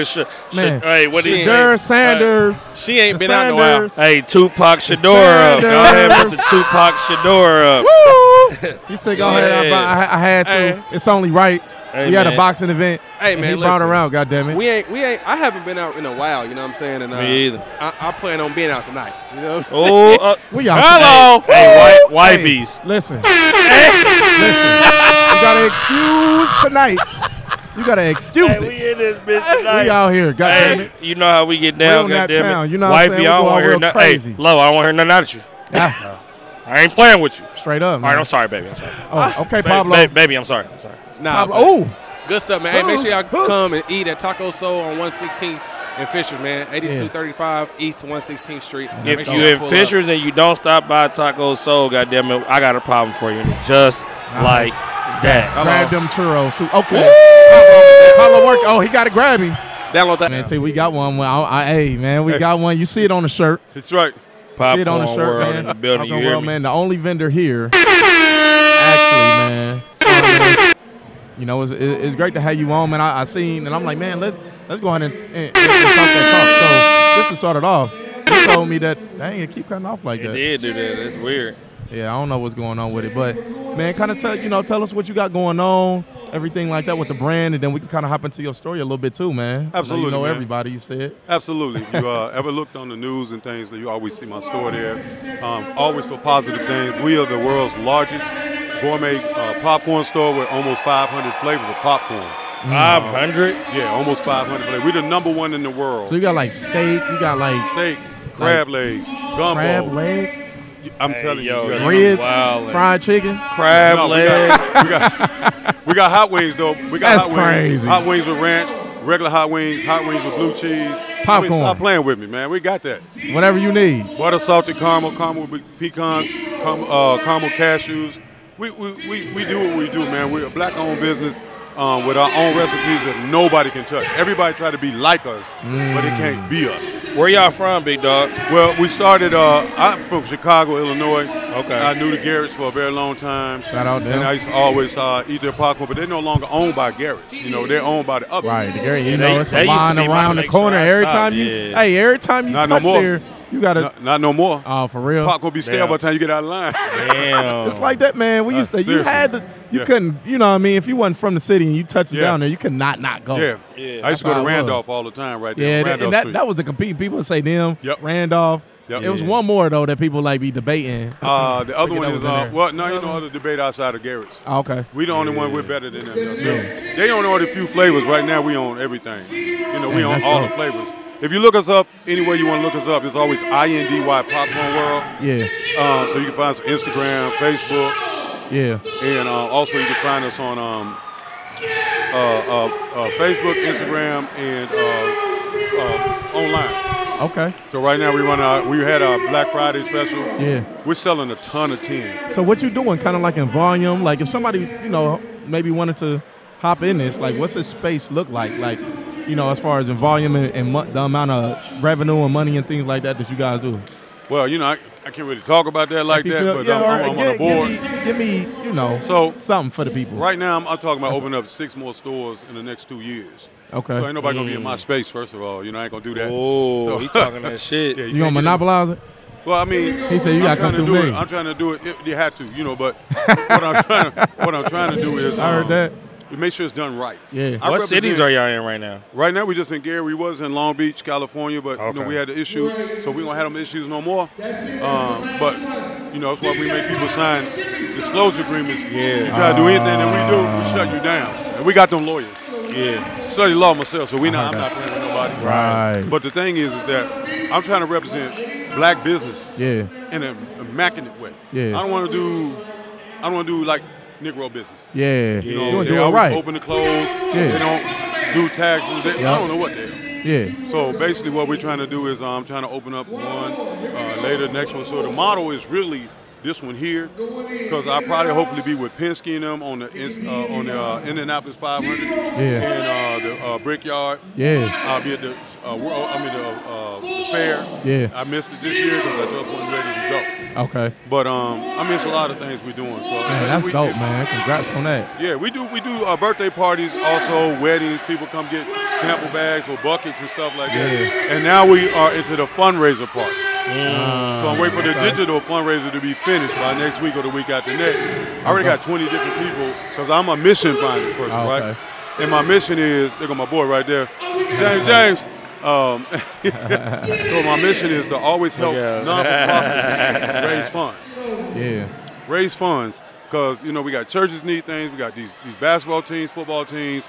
S1: motherfucking shit.
S2: Man.
S1: Hey, what is
S3: Shit.
S1: that?
S2: Shadur Sanders.
S3: she ain't
S2: The
S3: been out in a while.
S2: Sanders.
S1: Hey, Tupac Shadora up. Go ahead and put the Tupac Shadora up.
S2: Woo! He said, "Go ahead, I,
S1: Yeah.
S2: brought- I, I had to.
S3: Hey.
S2: It's only right.
S1: Hey,
S2: we had a
S1: man.
S2: boxing event.
S3: Hey,
S2: and
S3: man,
S2: he brought
S3: listen.
S2: her out. God damn it.
S3: We ain't, we ain't. I haven't been out in a while. You know what I'm saying? And uh,
S1: Me either.
S3: I, I plan on being out tonight. You know.
S1: Oh, uh,
S2: We out.
S1: hello. Hey, wi- wifeys.
S2: Listen, listen. You got to excuse tonight. You got to excuse
S1: Hey, we
S2: it.
S1: in this bitch
S2: We,
S1: tonight.
S2: out here. God damn
S1: Hey,
S2: it.
S1: you know how we get down,
S2: on that
S1: goddammit.
S2: town, you know what I'm
S1: Wifey,
S2: saying? We
S1: I don't
S2: going
S1: want to
S2: real
S1: hear
S2: crazy.
S1: nothing. Hey, Lo, I don't want to hear nothing out of you.
S2: Ah,
S1: I ain't playing with you.
S2: straight up.
S1: All right,
S2: man.
S1: I'm sorry, baby. I'm sorry.
S2: Oh, okay,
S1: Ba-
S2: Pablo.
S1: ba- baby, I'm sorry. I'm sorry.
S3: Nah.
S2: Pablo. Oh,
S3: Good stuff, man. Hey, make sure y'all
S2: Huh?
S3: come and eat at Taco Soul on 116th and Fisher, man. 8235 East 116th Street. Make
S1: If
S3: sure
S1: you
S3: y'all
S1: in
S3: pull
S1: Fishers and you don't stop by Taco Soul, goddamn it, I got a problem for you. And it's just like that.
S2: grab them churros too. Okay. Pablo
S3: Hello.
S2: work. Oh, he got to grab him.
S3: Up. Download that.
S2: Man, see, we got one. Well, I, I, hey, man, we got one. You see it on the shirt.
S3: That's right.
S1: Popcorn
S2: see it on the shirt,
S1: world
S2: man.
S1: in the building.
S2: Popcorn
S1: You hear
S2: world,
S1: me?
S2: man. The only vendor here, actually, man. So, man, You know, it's, it- it's great to have you on, man. I, I seen, and I'm like, man, let's let's go ahead and, and, and talk that talk. So just to start it off, you told me that dang, it keep cutting off like
S1: It
S2: that.
S1: did do that. That's weird.
S2: Yeah, I don't know what's going on with it, but man, kind of tell you know, tell us what you got going on, everything like that with the brand, and then we can kind of hop into your story a little bit too, man. I know
S9: Absolutely,
S2: you know
S9: man.
S2: everybody. You said.
S9: Absolutely. If you uh, ever looked on the news and things, you always see my store there. Um, always for positive things. We are the world's largest gourmet uh, popcorn store with almost 500 flavors of popcorn. Mm-hmm.
S1: 500?
S9: Yeah, almost 500 flavors. We're the number one in the world.
S2: So you got like steak, you got like
S9: Steak, crab legs, gumbo.
S2: crab legs,
S9: I'm
S1: Hey,
S9: telling
S1: yo,
S9: you. you
S1: yo.
S9: got-
S2: ribs,
S1: wildin'.
S2: fried chicken.
S1: Crab
S9: No, we
S1: legs.
S9: got- We got, we got hot wings though. We got
S2: That's
S9: hot wings.
S2: crazy.
S9: Hot wings with ranch, regular hot wings, hot wings with blue cheese. I mean,
S2: Popcorn.
S9: stop playing with me, man. We got that.
S2: Whatever you need.
S9: Butter salted caramel, caramel with pecans, caramel, uh, caramel cashews. We, we, we, we do what we do, man. We're a black owned business um, with our own recipes that nobody can touch. Everybody try to be like us, but it can't be us.
S1: Where y'all from, big dog?
S9: Well, we started, uh, I'm from Chicago, Illinois.
S1: Okay.
S9: I knew the Garretts for a very long time.
S2: Shout out them.
S9: And I used to always uh, eat their popcorn, but they're no longer owned by Garretts. You know, they're owned by the others.
S2: Right, the Gary, you
S1: they-
S2: know it's
S1: they
S2: a
S1: used to
S2: line
S1: be my
S2: around the
S1: next
S2: corner.
S1: shot
S2: Every
S1: stop,
S2: time you,
S1: yeah.
S2: hey, every time you
S9: Not no
S2: touch
S9: more.
S2: there, you gotta.
S9: Not, not no more.
S2: oh, for real.
S9: popcorn be stale
S1: Damn.
S9: by the time you get out of line.
S1: Damn.
S2: It's like that, man. We
S9: Uh,
S2: used to. You
S9: seriously.
S2: had to. You
S9: Yeah.
S2: couldn't. You know what I mean? If you wasn't from the city and you touched it
S9: Yeah.
S2: down there, you could not not go.
S9: Yeah.
S1: Yeah.
S9: I used to
S2: That's
S9: go
S2: how
S9: to
S2: I was.
S9: Randolph all the time right
S2: Yeah,
S9: there.
S2: and-
S9: Randolph
S2: and that,
S9: Street.
S2: that was the compete. People would say them.
S9: Yep.
S2: Randolph.
S9: Yep.
S2: It was
S9: Yeah.
S2: one more though that people like be debating.
S9: uh, the other
S2: Forget
S9: one
S2: that
S9: is,
S2: was in
S9: uh,
S2: there.
S9: well, no, you know, other debate outside of Garrett's.
S2: Oh, okay.
S9: We the only one, we're better than them. though. So They own all the few flavors. Right now, we own everything. You know, we
S2: Man,
S9: own
S2: that's
S9: all
S2: dope.
S9: the flavors. If you look us up anywhere you want to look us up, it's always INDY Popcorn World.
S2: Yeah.
S9: Uh, so you can find us on Instagram, Facebook,
S2: Yeah.
S9: and uh, also you can find us on um, uh, uh, uh, Facebook, Instagram, and uh, uh, online.
S2: Okay.
S9: So right now we run our we had our Black Friday special.
S2: Yeah.
S9: We're selling a ton of tins.
S2: So what you doing? Kind of like in volume. Like if somebody, you know, maybe wanted to hop in this, like what's his space look like? Like you know, as far as in volume and, and mo- the amount of revenue and money and things like that that you guys do?
S9: Well, you know, I, I can't really talk about that like
S2: you
S9: that,
S2: feel-
S9: but
S2: yeah,
S9: I'm,
S2: all
S9: I'm-
S2: right,
S9: I'm
S2: give-
S9: on the board.
S2: Give me, you know,
S9: So-
S2: something for the people.
S9: Right now, I'm, I'm talking about
S2: That's-
S9: opening up six more stores in the next two years.
S2: Okay.
S9: So ain't nobody gonna be in
S2: Mm.
S9: my space. First of all, you know, I ain't gonna do that.
S1: Whoa,
S9: so,
S1: he talking that shit.
S9: Yeah,
S2: You
S9: can't
S2: gonna
S9: do that.
S2: monopolize it?
S9: Well, I mean,
S2: He said you
S9: I'm
S2: gotta
S9: trying
S2: come
S9: to
S2: through
S9: do
S2: me.
S9: It, I'm trying to do it. If you had to, you know. But what I'm trying, what I'm trying to do is,
S2: I heard that.
S9: You make sure it's done right.
S2: Yeah.
S9: I
S1: What cities
S9: represent-
S1: are y'all in right now?
S9: Right now, we just in Gary. We was in Long Beach, California, but you
S1: Okay.
S9: know we had the issue, so we don't have them issues no more. Um, but you know that's why we make people sign disclosure agreements. Yeah. You try to do anything that we do, we shut you down, and we got them lawyers. Yeah. Study law myself, so we not. I'm not playing with nobody.
S2: Right.
S9: But the thing is, is that I'm trying to represent black business.
S2: Yeah.
S9: In an immaculate way.
S2: Yeah.
S9: I don't want to do. I don't want to do like Negro business.
S2: Yeah.
S9: You
S2: You
S9: know,
S2: wanna
S9: they
S2: do it
S9: always
S2: right.
S9: open and close.
S2: Yeah.
S9: They don't do taxes. They,
S2: Yeah.
S9: I don't know what they are.
S2: Yeah.
S9: So basically, what we're trying to do is I'm um, trying to open up one uh, later, next one. So the model is really this one here, because I probably hopefully be with Penske and them on the ins- uh, on the uh, Indianapolis 500 and uh, the uh, Brickyard.
S2: Yeah.
S9: I'll be at the uh, world. I mean the, uh, the fair.
S2: Yeah.
S9: I missed it this year because I just wasn't ready to go.
S2: Okay.
S9: But um, I miss a lot of things we're doing. So
S2: Man, that's
S9: we-
S2: dope, man. Congrats on that.
S9: yeah, we do we do uh, birthday parties, also weddings. People come get sample bags or buckets and stuff like that.
S2: Yeah.
S9: And now we are into the fundraiser part. so I'm waiting for the
S2: okay.
S9: digital fundraiser to be finished by next week or the week after next. I already
S2: Okay.
S9: got 20 different people because I'm a mission minded person,
S2: Oh, okay.
S9: right? And my mission is look at my boy right there, James James. Um, so my mission is to always help
S1: Yeah.
S9: non-profits raise funds
S2: Yeah.
S9: raise funds because you know we got churches need things we got these, these basketball teams football teams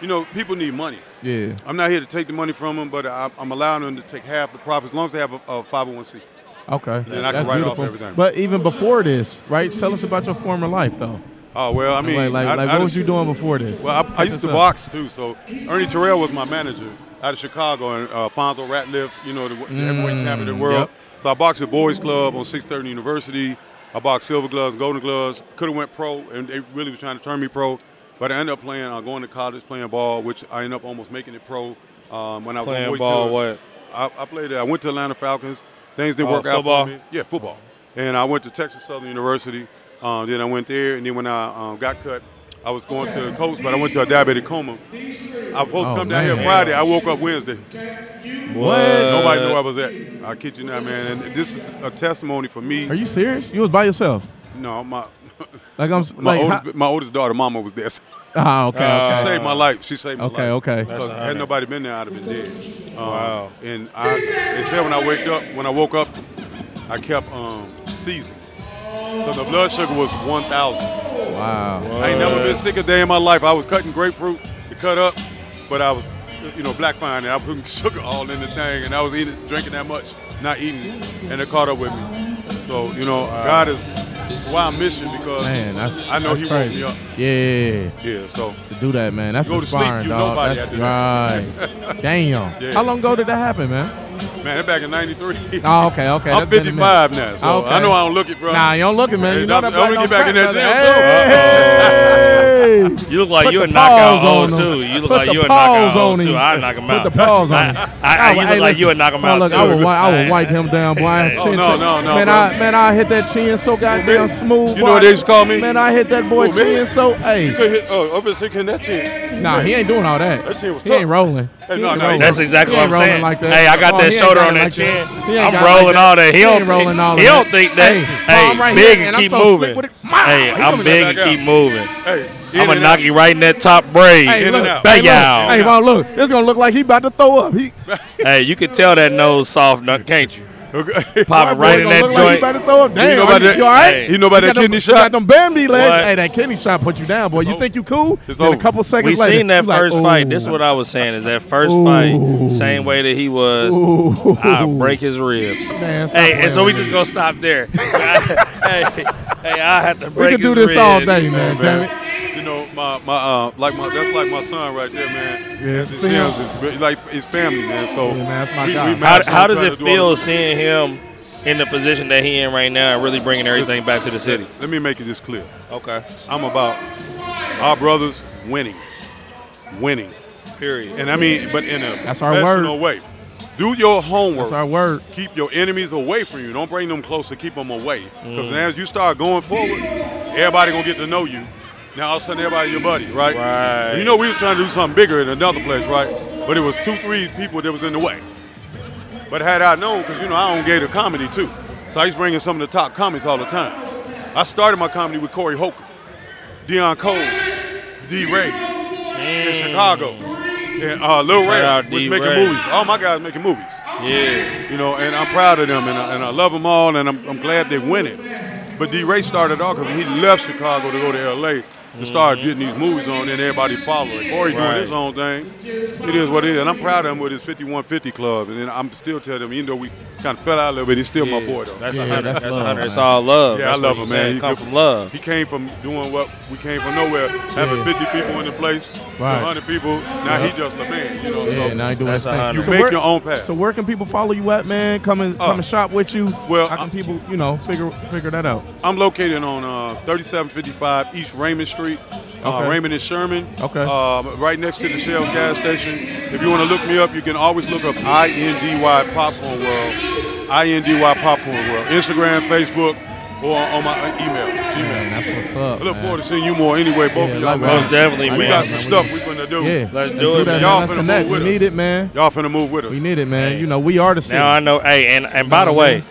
S9: you know people need money
S2: Yeah.
S9: i'm not here to take the money from them but I, i'm allowing them to take half the profits as long as they have a, oh a 501c
S2: Okay.
S9: Then I can
S2: that's
S9: write off
S2: beautiful.
S9: everything.
S2: But even before this, right? Tell us about your former life, though.
S9: oh well i mean
S2: like, like,
S9: I-
S2: like
S9: I just-
S2: what was you doing before this?
S9: well i, I
S2: Catch
S9: used
S2: us
S9: to
S2: up.
S9: box too so ernie terrell was my manager out of chicago and uh, fonzo ratliff you know the, the heavyweight
S2: Mm,
S9: champion of the world
S2: yep.
S9: so i boxed at boys club on 630 university i boxed silver gloves golden gloves could have went pro and they really was trying to turn me pro but i ended up playing uh, going to college playing ball which i ended up almost making it pro um, when i was on
S1: Playing
S9: Boy
S1: ball,
S9: Tour.
S1: what?
S9: I, I played. I went to Atlanta Falcons. Things didn't
S1: Oh,
S9: work out
S1: football?
S9: for me. Yeah, football. And I went to Texas Southern University. Um, then I went there, and then when I um, got cut, I was going to the coast, but I went to a diabetic coma. I was supposed to
S2: Oh,
S9: come down here
S2: man.
S9: Friday. I woke up Wednesday.
S2: What?
S9: Nobody knew where I was at. I kid you not, man. And this is a testimony for me.
S2: Are you serious? You was by yourself?
S9: No, my
S2: Like I'm s-
S9: my,
S2: like
S9: oldest, my oldest daughter, Mama, was there. Uh,
S2: Ah, okay, okay.
S9: She saved my life. She saved my
S2: Okay,
S9: life.
S2: okay. That's
S9: 'Cause
S2: a
S9: had
S2: hundred.
S9: nobody been there, I'd have been dead. Um, wow. And I, they said when I waked up, when I woke up, I kept um, seizing. So the blood sugar was 1,000.
S2: Wow.
S9: I ain't never been sick a day in my life. I was cutting grapefruit to cut up, but I was, you know, black fine, and I putting sugar all in the thing, and I was eating, drinking that much, not eating, and it caught up with me. So you know, God is why I'm missing because
S2: Man, that's
S9: I know
S2: that's
S9: He
S2: crazy.
S9: woke me up.
S2: Yeah.
S9: Yeah, so
S2: To do that, man, that's
S9: You go to sleep,
S2: inspiring,
S9: you
S2: dog.
S9: nobody
S2: That's
S9: after
S2: right. Damn.
S9: Yeah.
S2: How long ago did that happen, man?
S9: Man, that back in '93.
S2: Oh, okay, okay.
S9: I'm
S2: That's been a
S9: 55
S2: minute.
S9: now, so I know I don't look it, bro.
S2: Nah, you don't look it, man.
S9: Hey,
S2: You know
S9: don't-
S2: that
S9: don't
S2: black
S9: get
S2: don't
S9: back in
S2: crack,
S9: that
S2: brother. Hey.
S1: You look like
S2: Put
S1: you
S2: the
S1: a knockout
S2: paws on
S1: on
S2: him.
S1: too. You look
S2: Put
S1: like
S2: the
S1: you a
S2: paws
S1: knockout on
S2: on
S1: too.
S2: him.
S1: I knock him out.
S2: Put the paws on
S1: I,
S2: him.
S1: I, I, you
S2: would-
S1: look
S2: hey,
S1: like you a
S2: listen,
S1: knock him
S2: man,
S1: out
S2: look,
S1: too.
S2: I would, wi- I would
S1: Hey.
S2: wipe him down, boy. I
S1: Hey.
S2: chin
S9: no,
S2: to-
S9: no, no,
S2: Man,
S9: bro.
S2: I, man, I hit that chin so goddamn smooth.
S9: You know what
S2: boy.
S9: they used to call me?
S2: Man, I hit that boy
S9: Who, me?
S2: chin so.
S9: You
S2: Hey,
S9: could hit, oh, over six in that team.
S2: nah, he ain't doing all that.
S9: That team was
S2: He
S9: tough.
S2: ain't rolling.
S9: Hey,
S2: He
S9: no,
S2: ain't
S9: no,
S2: rolling.
S1: That's exactly
S2: He
S1: what I'm
S2: ain't rolling
S1: saying.
S2: like that.
S1: Hey, I got
S2: Oh,
S1: that
S2: he ain't
S1: shoulder
S2: got
S1: on
S2: it
S1: that
S2: like
S1: chin.
S2: He ain't
S1: I'm
S2: got it like
S1: rolling all that. He
S2: He
S1: don't
S2: ain't rolling all
S1: he
S2: of
S1: don't think that. Hey,
S2: palm right
S1: big
S2: here,
S1: and
S2: I'm
S1: keep
S2: so slick
S1: moving.
S2: with it.
S1: Hey,
S2: Wow, he
S1: I'm
S2: coming
S1: big
S9: back
S1: and
S9: out.
S1: keep moving.
S9: Hey,
S1: I'm gonna knock you right in that top braid.
S2: Hey,
S9: In
S2: look,
S9: and out.
S2: hey,
S1: Bang
S2: look.
S1: out.
S2: Hey, well, look, it's gonna look like he about to throw up. He
S1: Hey, you can tell that nose soft, nut, can't you?
S9: Okay.
S1: Pop it
S2: boy
S1: right in
S2: gonna
S1: that
S2: look like he
S1: joint.
S2: about to throw up. Damn,
S9: know about
S2: you,
S9: that-
S2: you all right?
S1: Hey.
S9: You know about
S2: You
S9: that
S2: got
S9: kidney
S2: them, You got
S9: shot?
S2: them Bambi legs.
S1: What?
S2: Hey, that kidney shot put you down, boy. You
S9: over.
S2: think you cool?
S9: It's
S2: Then a
S9: over.
S2: couple seconds
S1: We
S2: later,
S1: seen that
S2: you like,
S1: first fight. This is
S2: ooh.
S1: what I was saying. Is that first
S2: Ooh.
S1: fight same way that he was? I break his ribs.
S2: Man, stop
S1: Hey, and so
S2: playing
S1: we
S2: with
S1: just
S2: me.
S1: gonna stop there. hey, hey, I had to
S2: We
S1: break.
S2: could do
S1: his
S2: this all
S1: ribs.
S2: day, man. Damn it.
S9: You know, my my uh, like my that's like my son right there, man.
S2: Yeah,
S9: His
S2: see him?
S9: sons is- like his family, man. So
S2: Yeah, man, that's my
S9: we-
S2: guy.
S9: we
S2: How-
S1: How,
S9: matched
S1: how
S9: up
S1: does
S9: trying to
S1: it
S9: do all
S1: feel
S9: this.
S1: seeing him in the position that he in right now and really bringing everything back to the city?
S9: Let me make it this clear.
S1: Okay.
S9: I'm about our brothers winning, winning.
S1: Period.
S9: And I mean, but in a
S2: That's our word.
S9: professional way. Do your homework.
S2: That's our word.
S9: Keep your enemies away from you. Don't bring them closer. Keep them away. Because
S2: Mm.
S9: now as you start going forward, everybody gonna get to know you. Now all of a sudden everybody your buddy, right?
S10: Right.
S9: You know we was trying to do something bigger in another place, right? But it was two, three people that was in the way. But had I known, because you know I own Gator Comedy too, so I used to bring in some of the top comics all the time. I started my comedy with Corey Holcomb, Deion Cole, D. Ray in Chicago, and uh, Lil
S10: Shout
S9: Ray
S10: out
S9: was
S10: D.
S9: making
S10: Ray.
S9: movies. All my guys making movies.
S10: Yeah.
S9: You know, and I'm proud of them, and I, and I love them all, and I'm, I'm glad they win it. But D. Ray started off because he left Chicago to go to L.A. to
S10: Mm.
S9: start getting these movies on, and everybody following. Corey
S10: Right.
S9: doing his own thing. It is what it is, and I'm proud of him with his 5150 club, and then I'm still telling him, even though we kind of fell out a little bit, he's still my boy though.
S1: That's a Yeah, hundred. that's That's a love, hundred. man. It's all love.
S9: Yeah,
S1: That's
S9: I love
S1: what
S9: him,
S1: you said.
S9: man.
S1: Come from love.
S9: He came from doing what we came from nowhere, having
S2: Yeah.
S9: 50 people in the place,
S2: Right.
S9: 100 people. Now
S2: Yeah.
S9: he just a man, you know.
S2: Yeah,
S9: so
S2: now he doing his thing.
S9: You
S2: So
S9: make
S2: where-
S9: your own path.
S2: So where can people follow you at, man? Come and come and shop with you.
S9: Well,
S2: how can people, you know, figure figure that out?
S9: I'm located on uh, 3755 East Raymond Street, uh,
S2: Okay.
S9: Raymond and Sherman.
S2: Okay.
S9: Um, right next to the Shell's gas station. If you want to look me up, you can always look up INDY Popcorn World. INDY Popcorn World. Instagram, Facebook, or on my uh, email, Gmail.
S2: that's what's up.
S9: I look forward to seeing you more anyway, both of y'all.
S2: likewise.
S9: man.
S2: Most definitely,
S9: we
S2: man.
S9: got some stuff we're going to do.
S2: Yeah, that,
S9: Y'all
S2: man. Let's
S9: finna
S2: connect.
S9: move with
S2: We
S9: us.
S2: need it, man.
S9: Y'all finna move with us.
S2: We need it, man. You know, we are the city.
S1: Now I know. Hey, and, and by
S2: Know
S1: the
S2: what I
S1: way,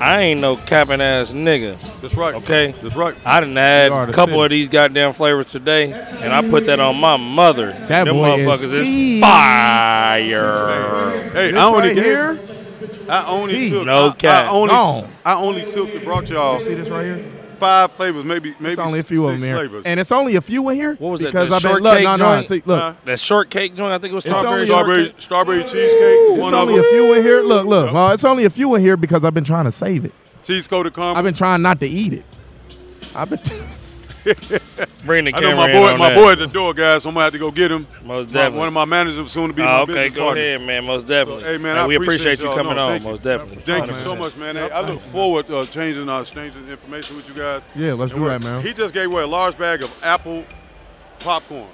S1: I ain't no capping ass nigga.
S9: That's right.
S1: Okay.
S9: That's right.
S1: I done
S2: You are
S1: had a
S2: the
S1: couple
S2: city.
S1: of these goddamn flavors today, and I put that on my mother.
S2: That
S1: Them
S2: boy is
S1: motherfuckers is,
S2: easy.
S1: fire.
S9: Hey,
S2: This
S9: I only
S2: right
S9: gave-
S2: here?
S9: I only
S2: He-
S9: took.
S1: No
S9: I-
S1: cap.
S9: I, only,
S2: Gone.
S9: I only took and brought y'all.
S2: See this right here?
S9: Five flavors, maybe. maybe
S2: It's only a few of them
S9: six
S2: here,
S9: flavors.
S2: and it's only a few in here
S1: What was that?
S2: because
S1: that
S2: I've been look,
S1: shortcake
S2: no, no,
S1: joint?
S2: see, look,
S9: Huh?
S1: That shortcake joint. I think it was
S2: It's
S1: strawberry.
S2: only-
S9: strawberry,
S1: shortcake.
S9: strawberry cheesecake.
S2: it's
S9: One
S2: only
S9: of
S2: a
S9: them.
S2: few in here. Look, look, well, it's only a few in here because I've been trying to save it.
S9: Cheese coated caramel.
S2: I've been trying not to eat it. I've been.
S1: Bring the
S9: I
S1: camera
S9: know my
S1: in
S9: boy,
S1: on
S9: my
S1: that.
S9: boy at the door, guys. So I'm gonna have to go get him.
S1: Most
S9: My-
S1: definitely.
S9: one of my managers will soon to be
S1: Oh,
S9: my
S1: okay,
S9: business
S1: go
S9: partner.
S1: ahead, man. Most definitely.
S9: Hey man,
S1: And
S9: I
S1: we appreciate you
S9: y'all.
S1: coming
S9: No,
S1: on.
S9: thank you.
S1: Most definitely.
S9: Thank you so
S1: 100%.
S9: much, man. Hey, I look forward to uh, changing uh, exchanging information with you guys.
S2: Yeah, let's
S9: And
S2: do
S9: we're-
S2: that, man.
S9: He just gave away a large bag of apple popcorn.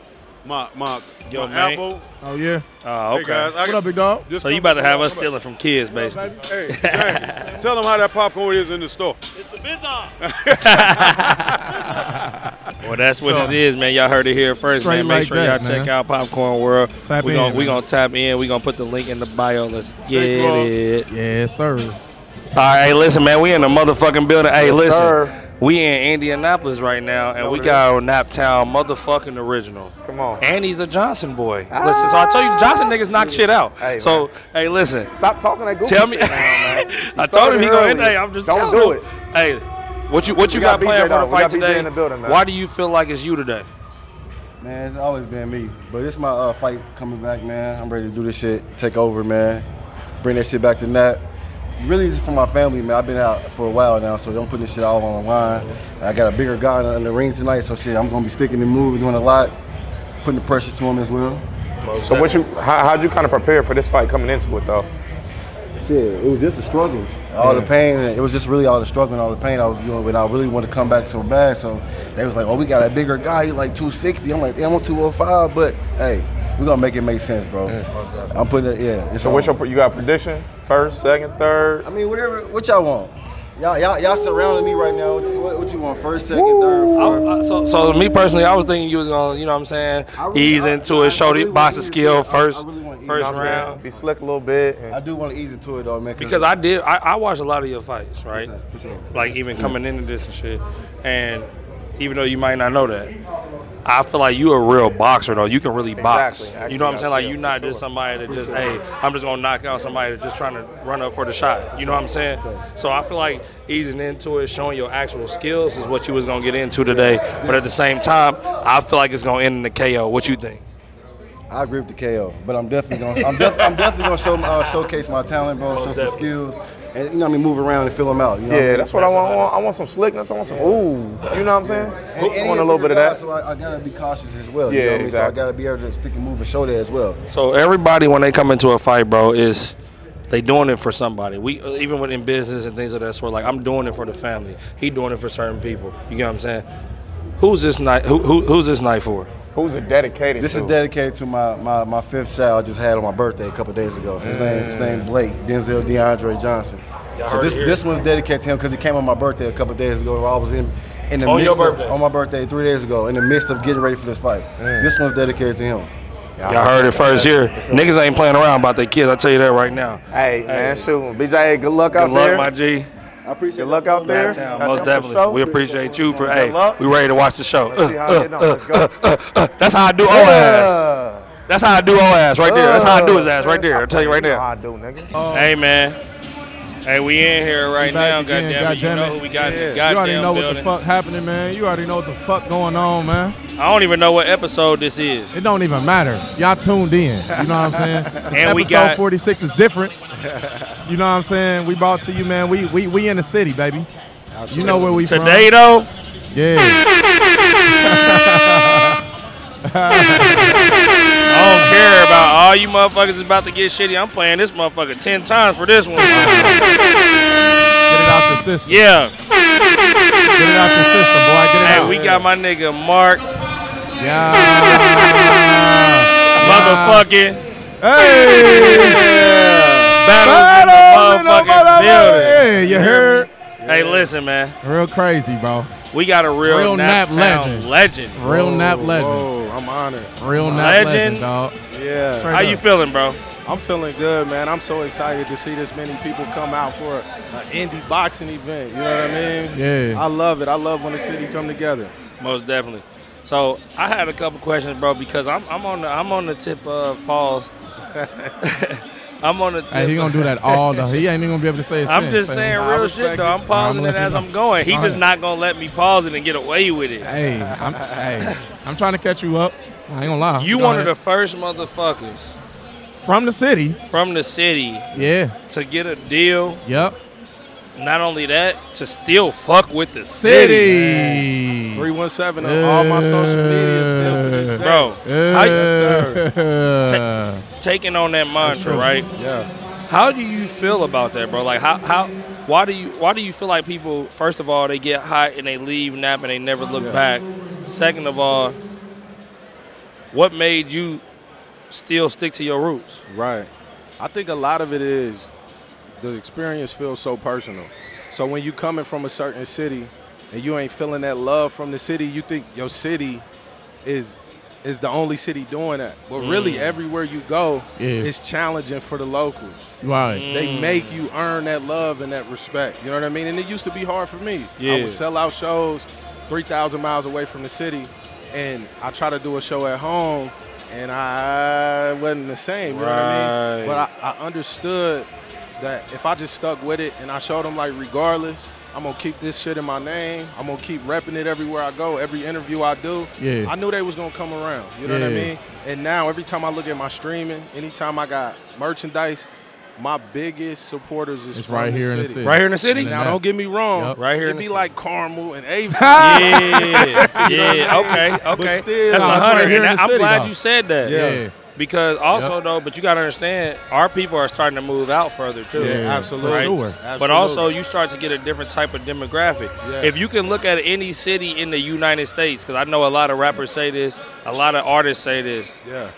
S9: My my,
S1: Yo,
S9: my
S1: man.
S9: apple.
S2: Oh yeah.
S1: Oh,
S9: Hey, guys,
S1: okay.
S9: I
S2: What up, big dog?
S9: just
S1: So you
S9: come
S1: about to
S9: back,
S1: have
S9: y'all.
S1: us stealing from kids, basically.
S9: Hey, hey, tell them how that popcorn is in the store.
S1: Well, that's what it is, man. Y'all heard it here first,
S2: Straight
S1: man. Make
S2: like
S1: sure
S2: that,
S1: y'all
S2: man.
S1: check out Popcorn World.
S2: Tap
S1: we gonna,
S2: in,
S1: We
S2: man.
S1: gonna tap in. We gonna put the link in the bio. Let's get
S9: you all.
S1: it.
S2: Yes, sir.
S1: All right, hey, listen, man. We in the motherfucking building. Hey,
S6: Yes,
S1: listen.
S6: sir.
S1: We in Indianapolis right now, and we got our Naptown motherfucking original.
S6: Come on. Ah.
S1: And he's a Johnson boy. Listen, so I tell you, Johnson niggas knock shit out.
S6: Hey,
S1: so, hey, listen.
S6: Stop talking that goofy
S1: Tell me.
S6: shit now, man. You
S1: I told
S6: started
S1: him he gonna.
S6: early.
S1: Hey, I'm just
S6: Don't
S1: telling
S6: do
S1: him.
S6: it.
S1: Hey, what you what you
S6: We
S1: got,
S6: got BJ
S1: planned for the
S6: though. We
S1: fight
S6: got BJ
S1: today?
S6: in the building, man.
S1: Why do you feel like it's you today?
S11: Man, it's always been me. But it's my uh, fight coming back, man. I'm ready to do this shit, take over, man. Bring that shit back to net. Really, it's for my family, man. I've been out for a while now, so I'm putting this shit all on the line. I got a bigger guy in the ring tonight, so shit, I'm gonna be sticking and moving, doing a lot, putting the pressure to him as well.
S6: So what you? How, how'd you kind of prepare for this fight coming into it though?
S11: Shit, it was just a struggle. All the pain, and it was just really all the struggle and all the pain I was dealing with. I really want to come back so bad. So they was like, oh, we got a bigger guy, he like 260. I'm like, damn, I'm 205, but hey, we're going to make it make sense, bro. I'm putting it, yeah. It's
S6: So what's
S11: on.
S6: your? pr- You got a prediction? First, second, third.
S11: I mean, whatever, what y'all want? Y'all, y'all, y'all surrounding me right now. What you, what, what you want? First, second, third, fourth?
S1: I- I- so, so me personally, I was thinking you was gonna, you know what I'm saying,
S11: I really-
S1: ease
S11: I-
S1: into
S11: I
S1: it, show the
S11: really
S1: boxing
S11: wanna ease
S1: skill
S11: it. I- I
S1: first,
S11: really wanna ease
S1: first
S11: it.
S6: You know what I'm saying?
S1: round.
S6: Be slick a little bit. And
S11: I do want to ease into it, though, man.
S1: Because I did, I, I watched a lot of your fights, right?
S11: sure, for sure.
S1: Like even coming into this and shit, and even though you might not know that, I feel like you a real boxer though. You can really box.
S6: Exactly. Actually,
S1: you know what I'm
S6: I
S1: saying? Like
S6: still-
S1: you're
S6: for
S1: not
S6: sure.
S1: just somebody that just, hey, I'm just gonna knock out somebody that's just trying to run up for the shot. You know what I'm saying? So I feel like easing into it, showing your actual skills is what you was gonna get into today. But at the same time, I feel like it's gonna end in a KO. What you think?
S11: I agree with the KO, but I'm definitely gonna I'm, def- I'm definitely gonna show uh, showcase my talent, bro. Show some skills, and you know what I mean. Move around and fill them out. You know
S6: yeah,
S11: what
S6: that's what I want. I want. I want some slickness. I want some ooh. You know what I'm saying?
S11: I mean? And-
S6: I
S11: and
S6: want
S11: he
S6: a little bit
S11: bigger
S6: of
S11: guy,
S6: that.
S11: So I, I gotta be cautious as well.
S6: Yeah,
S11: you know what I mean? So I
S6: exactly.
S11: gotta be able to stick and move and show that as well.
S1: So everybody, when they come into a fight, bro, is they doing it for somebody. We uh, even within business and things of that sort. Like I'm doing it for the family. He doing it for certain people. You get what I'm saying? Who's this night? Who, who, who's this night for?
S6: Who's it dedicated
S11: This
S6: to?
S11: is dedicated to my, my, my fifth child I just had on my birthday a couple days ago. His name his
S6: Mm.
S11: name Blake Denzel DeAndre Johnson.
S6: Y'all
S11: so
S6: heard
S11: this
S6: it here.
S11: this one's dedicated to him because he came on my birthday a couple days ago. I was in in the
S6: On
S11: midst
S6: your
S11: of-
S6: birthday?
S11: on my birthday three days ago in the midst of getting ready for this fight.
S6: Mm.
S11: This one's dedicated to him.
S1: Y'all heard it first here. Niggas ain't playing around about their kids. I tell you that right now.
S6: Hey, man, shoot. BJ, good luck out
S1: Good luck,
S6: there.
S1: my G.
S11: I appreciate
S6: good luck out there.
S1: Most definitely. We appreciate you for.
S6: Good
S1: Hey,
S6: luck.
S1: we ready to watch the show.
S6: Let's see how
S1: Uh,
S6: it get on. Let's
S1: uh, uh, uh, uh. That's how I do O ass. That's how I do O ass right there. That's how I do his ass right there. I'll tell you right
S6: You know
S1: now.
S6: how I do, nigga.
S1: Hey man. Hey, we in here right
S2: Um, We back
S1: now.
S2: again,
S1: Goddamn, it. you
S2: goddamn
S1: know
S2: it.
S1: who we got in this
S2: You already
S1: goddamn
S2: know what the
S1: building.
S2: fuck happening, man. You already know what the fuck going on, man.
S1: I don't even know what episode this is.
S2: It don't even matter. Y'all tuned in. You know what I'm saying?
S1: And we
S2: episode
S1: got-
S2: 46 is different. You know what I'm saying? We brought to you, man. We we, we in the city, baby. You know where we from.
S1: Today, though?
S2: Yeah.
S1: I don't care about all you motherfuckers is about to get shitty. I'm playing this motherfucker ten times for this one. Get it
S2: out your system.
S1: Yeah.
S2: Get it out your system, boy. Get it
S1: hey,
S2: out.
S1: we got my nigga Mark.
S2: Yeah.
S1: Motherfucking.
S2: Hey.
S1: Battles in the motherfucking building.
S2: Hey, you heard?
S1: Hey, listen, man.
S2: Real crazy, bro.
S1: We got a real,
S2: Real
S1: Nap,
S2: Nap
S1: Town
S2: legend.
S1: legend.
S2: Real Nap legend.
S10: Whoa, I'm honored.
S2: Real Nap legend, dog.
S10: Yeah.
S2: Straight How you up.
S1: feeling, bro?
S10: I'm feeling good, man. I'm so excited to see this many people come out for an indie boxing event. You know what I mean?
S2: Yeah.
S10: I love it. I love when the city come together.
S1: Most definitely. So I had a couple questions, bro, because I'm, I'm on the I'm on the tip of pause. I'm on the tip.
S2: Hey, he gonna do that all the. He ain't even gonna be able to say it.
S1: I'm just saying real shit though. I'm pausing it as I'm going. He just not
S2: not.
S1: gonna let me pause it and get away with it.
S2: Hey, I'm, hey, I'm trying to catch you up. I ain't gonna lie.
S1: You
S2: Go
S1: one of the
S2: ahead.
S1: first motherfuckers
S2: from the city.
S1: from the city
S2: Yeah.
S1: to get a deal.
S2: Yep.
S1: Not only that, to still fuck with the
S2: City.
S10: 317 on all my social media still to this day.
S1: Bro, how-
S10: Yes,
S2: sir.
S1: Ta- taking on that mantra, right?
S10: Yeah.
S1: How do you feel about that, bro? Like, how, how, why do you, why do you feel like people? First of all, they get hot and they leave nap and they never look back. Second of all, what made you still stick to your roots?
S10: Right. I think a lot of it is the experience feels so personal. So when you coming from a certain city and you ain't feeling that love from the city, you think your city is is the only city doing that. But really
S2: Mm.
S10: everywhere you go,
S2: Yeah.
S10: it's challenging for the locals.
S2: Right.
S1: Mm.
S10: They make you earn that love and that respect. You know what I mean? And it used to be hard for me. I
S2: Yeah.
S10: would sell out shows 3,000 miles away from the city, and I try to do a show at home, and I wasn't the same. You know what I mean?
S2: Right.
S10: But I, I understood that if I just stuck with it and I showed them, like, regardless, I'm gonna keep this shit in my name. I'm gonna keep repping it everywhere I go, every interview I do.
S2: Yeah.
S10: I knew they was gonna come around. You know what I
S2: Yeah.
S10: mean? And now every time I look at my streaming, anytime I got merchandise, my biggest supporters is
S2: It's
S10: from
S2: right here in the city.
S1: Right here in the city?
S10: Now don't get me wrong,
S1: Yep. Right here
S10: It'd
S1: in the
S10: be
S1: city.
S10: like Carmel and Avon.
S1: yeah,
S10: You know what I mean?
S1: yeah, okay,
S10: But
S1: okay.
S10: still-
S1: That's a
S10: Nah, it's
S1: hundred.
S10: right
S1: and
S10: here in
S1: I-
S10: the
S1: I'm
S10: city,
S1: glad
S10: though.
S1: you said that.
S10: Yeah. Yeah.
S1: Because also though, but you gotta understand, our people are starting to move out further too.
S10: Yeah, Yeah, absolutely. for sure.
S1: But
S10: Absolutely.
S1: also, you start to get a different type of demographic.
S10: Yeah.
S1: If you can look at any city in the United States, because I know a lot of rappers say this, a lot of artists say this.
S10: Yeah.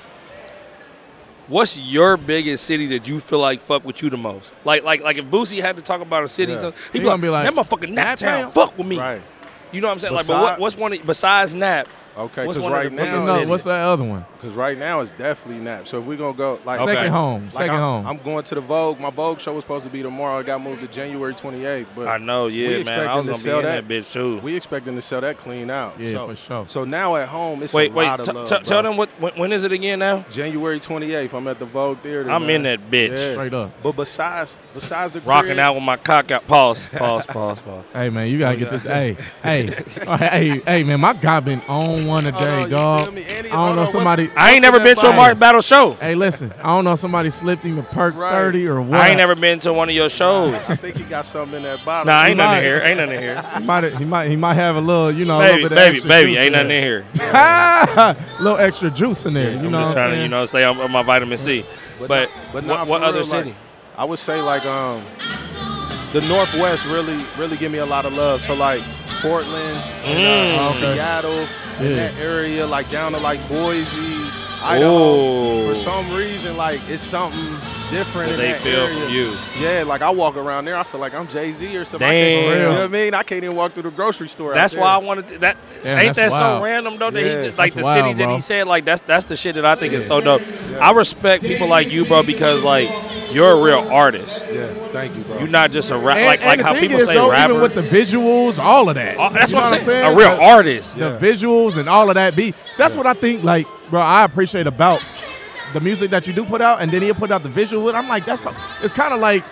S1: What's your biggest city that you feel like fuck with you the most? Like, like, like if Boosie had to talk about a city,
S10: Yeah.
S1: so-
S10: He
S1: he'd be
S10: gonna
S1: like,
S10: be like,
S1: "That motherfucking Nap
S10: "Nap
S1: Town,
S10: Town."
S1: fuck with me."
S10: Right.
S1: You know what I'm saying? like,
S10: Beside-
S1: but what, what's one of, besides Nap?
S10: Okay,
S1: what's
S10: because
S1: one
S10: right
S1: of the, what's
S10: now,
S1: the
S2: No,
S1: city?
S2: what's that other one?
S10: Because right now it's definitely nap. So if we're gonna go like
S2: Second
S10: like,
S2: home,
S10: like
S2: second
S10: I'm,
S2: home.
S10: I'm going to the Vogue. My Vogue show was supposed to be tomorrow. It got moved to January 28th. But
S1: I know, yeah,
S10: we
S1: man.
S10: expecting
S1: I was
S10: to
S1: gonna be
S10: sell
S1: in that bitch, too.
S10: We expecting to sell that clean out.
S2: Yeah,
S10: so,
S2: for sure.
S10: So now at home, it's
S1: wait,
S10: a
S1: wait.
S10: lot of
S1: t-
S10: love.
S1: t-
S10: bro.
S1: tell them what. When, when is it again now?
S10: January 28th. I'm at the Vogue Theater.
S1: I'm in
S10: man.
S1: that bitch.
S10: Yeah.
S1: Straight
S2: up.
S10: But besides, besides the
S1: Rocking
S10: crib-
S1: out with my cock out. Pause. Pause. Pause. Pause.
S2: Hey man, you
S1: Oh,
S2: gotta get this. Hey, hey, all right, hey, hey, man, my guy been
S1: Oh,
S2: on one a day, dog. I don't know somebody.
S1: I ain't never been to a Mark Battle show.
S2: Hey, listen, I don't know somebody slipped him a perk thirty or what.
S1: I ain't never been to one of your shows.
S10: I think he got something in that bottle.
S1: Nah, ain't
S2: He
S1: nothing
S2: might.
S1: here. Ain't nothing here.
S2: He might, he might, he might have a little, you know,
S1: Baby,
S2: a little bit
S1: baby,
S2: of extra
S1: baby,
S2: juice
S1: ain't
S2: in
S1: nothing in
S2: there.
S1: here.
S2: little extra juice in there. you
S1: I'm
S2: know, what I'm
S1: just trying to, you
S2: saying?
S1: know, say I'm on my vitamin C. But, but,
S10: nah,
S1: what,
S10: for
S1: what
S10: real,
S1: other
S10: like,
S1: city?
S10: I would say like um, the Northwest really really give me a lot of love. So like Portland,
S1: Mm.
S10: and, uh,
S1: Okay.
S10: Seattle, in
S1: Yeah.
S10: that area, like down to like Boise, Idaho.
S1: Oh.
S10: For some reason, like it's something different
S1: That
S10: in
S1: they
S10: that
S1: feel
S10: area.
S1: for you.
S10: Yeah, like I walk around there, I feel like I'm Jay Z or something. I
S1: Damn.
S10: can't- You know what I
S1: Real.
S10: mean? I can't even walk through the grocery store. out
S1: That's
S10: there.
S1: why I wanted to, that.
S10: Yeah,
S1: ain't that
S10: that's wild.
S1: so random though? That
S10: Yeah,
S1: he did, like
S10: that's
S1: the
S10: wild,
S1: city that
S10: bro.
S1: he said like that's that's the shit that I think is so dope. I respect people like you, bro, because like you're a real artist.
S10: Yeah, thank you, bro.
S1: You're not just a rap
S2: And-
S1: like
S2: and
S1: like
S2: the
S1: how
S2: thing
S1: people
S2: is,
S1: say
S2: though,
S1: rapper.
S2: Even with the visuals, all of that.
S1: Uh, that's
S2: You
S1: what
S2: know
S1: I'm saying. A real
S2: The-
S1: artist.
S2: The
S1: Yeah.
S2: visuals and all of that. Be that's what I think. Like, bro, I appreciate about the music that you do put out, and then he'll put out the visual. And I'm like, that's a- it's kind of like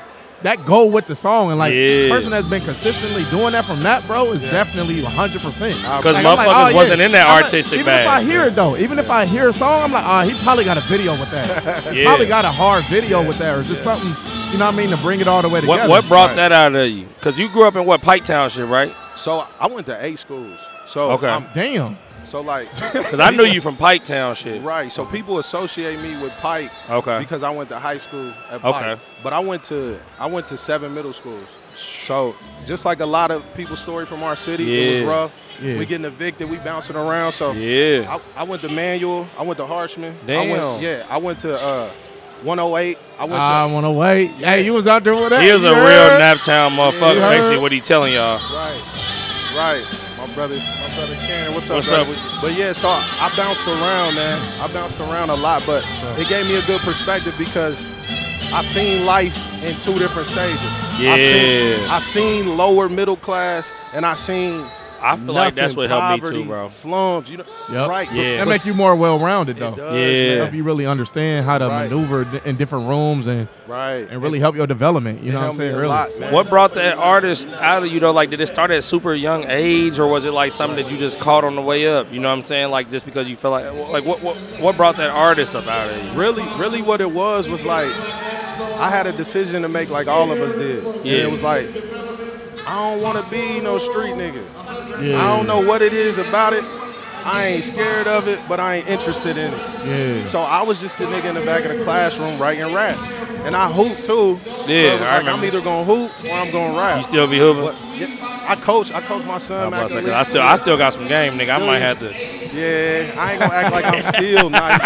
S2: that go with the song, and like the
S1: Yeah.
S2: person that's been consistently doing that from that, bro, is definitely 100. percent
S1: 'Cause
S2: oh,
S1: motherfuckers wasn't in that artistic
S2: Even
S1: bag.
S2: if I hear it though, even if I hear a song, I'm like, ah, he probably got a video with that.
S1: Yeah.
S2: Probably got a hard video with that, or just something. You know what I mean? To bring it all the way together.
S1: What what brought that out of you? Because you grew up in what Pike Township, right?
S10: So I went to eight schools. So
S1: Okay.
S10: I'm-
S2: Damn.
S10: So like,
S1: Because I knew you from Pike Township.
S10: Right. So people associate me with Pike.
S1: Okay.
S10: Because I went to high school at Pike.
S1: Okay.
S10: But I went to I went to seven middle schools. So just like a lot of people's story from our city, it was
S1: Yeah.
S10: rough.
S1: Yeah.
S10: We getting evicted. We bouncing around. So
S1: Yeah.
S10: I, I went to Manual. I went to Harshman. I
S2: Damn.
S10: went, yeah. I went to uh, 108. I went
S2: I
S10: to
S2: want to wait. Hey, you was out there with that.
S1: He was
S2: you
S1: a real
S2: heard?
S1: Naptown motherfucker.
S2: You heard?
S1: Basically, what he telling y'all?
S10: Right, right. My brother's my brother Karen. What's up?
S1: What's
S10: brother?
S1: up?
S10: But yeah, so I, I bounced around, man. I bounced around a lot, but it gave me a good perspective because I seen life in two different stages. I seen,
S1: Yeah.
S10: I seen lower middle class, and I seen.
S1: I feel like that's what helped me too, bro.
S10: Slums, you know,
S2: Yep.
S10: right? but-
S2: That
S10: but
S2: make you more well-rounded, though.
S10: does, Yeah. man.
S2: Help you really understand how to
S10: Right.
S2: maneuver d- in different rooms and
S10: Right.
S2: and really help your development. You
S10: It
S2: know what I'm
S10: helped me
S2: saying?
S10: a
S2: Really.
S10: lot, man.
S1: What brought that artist out of you though? Like, did it start at super young age, or was it like something that you just caught on the way up? You know what I'm saying? Like, just because you feel like, like, what, what, what brought that artist up out of you?
S10: really, really what it was was like I had a decision to make, like all of us did. And
S1: Yeah.
S10: it was like I don't want to be no street nigga.
S2: Yeah.
S10: I don't know what it is about it. I ain't scared of it, but I ain't interested in it.
S2: Yeah.
S10: So I was just the nigga in the back of the classroom writing raps, and I hoop too. So
S1: Yeah,
S10: it was
S1: I
S10: like I'm
S1: remember.
S10: either gonna hoop or I'm gonna rap.
S1: You still be hooping?
S10: But, yeah, I coach. I coach my son.
S1: I'm about to say, 'cause
S10: Mac
S1: I still, I still got some game, nigga. I
S10: Do
S1: might
S10: you?
S1: have to.
S10: Yeah, I ain't gonna act like I'm still nice.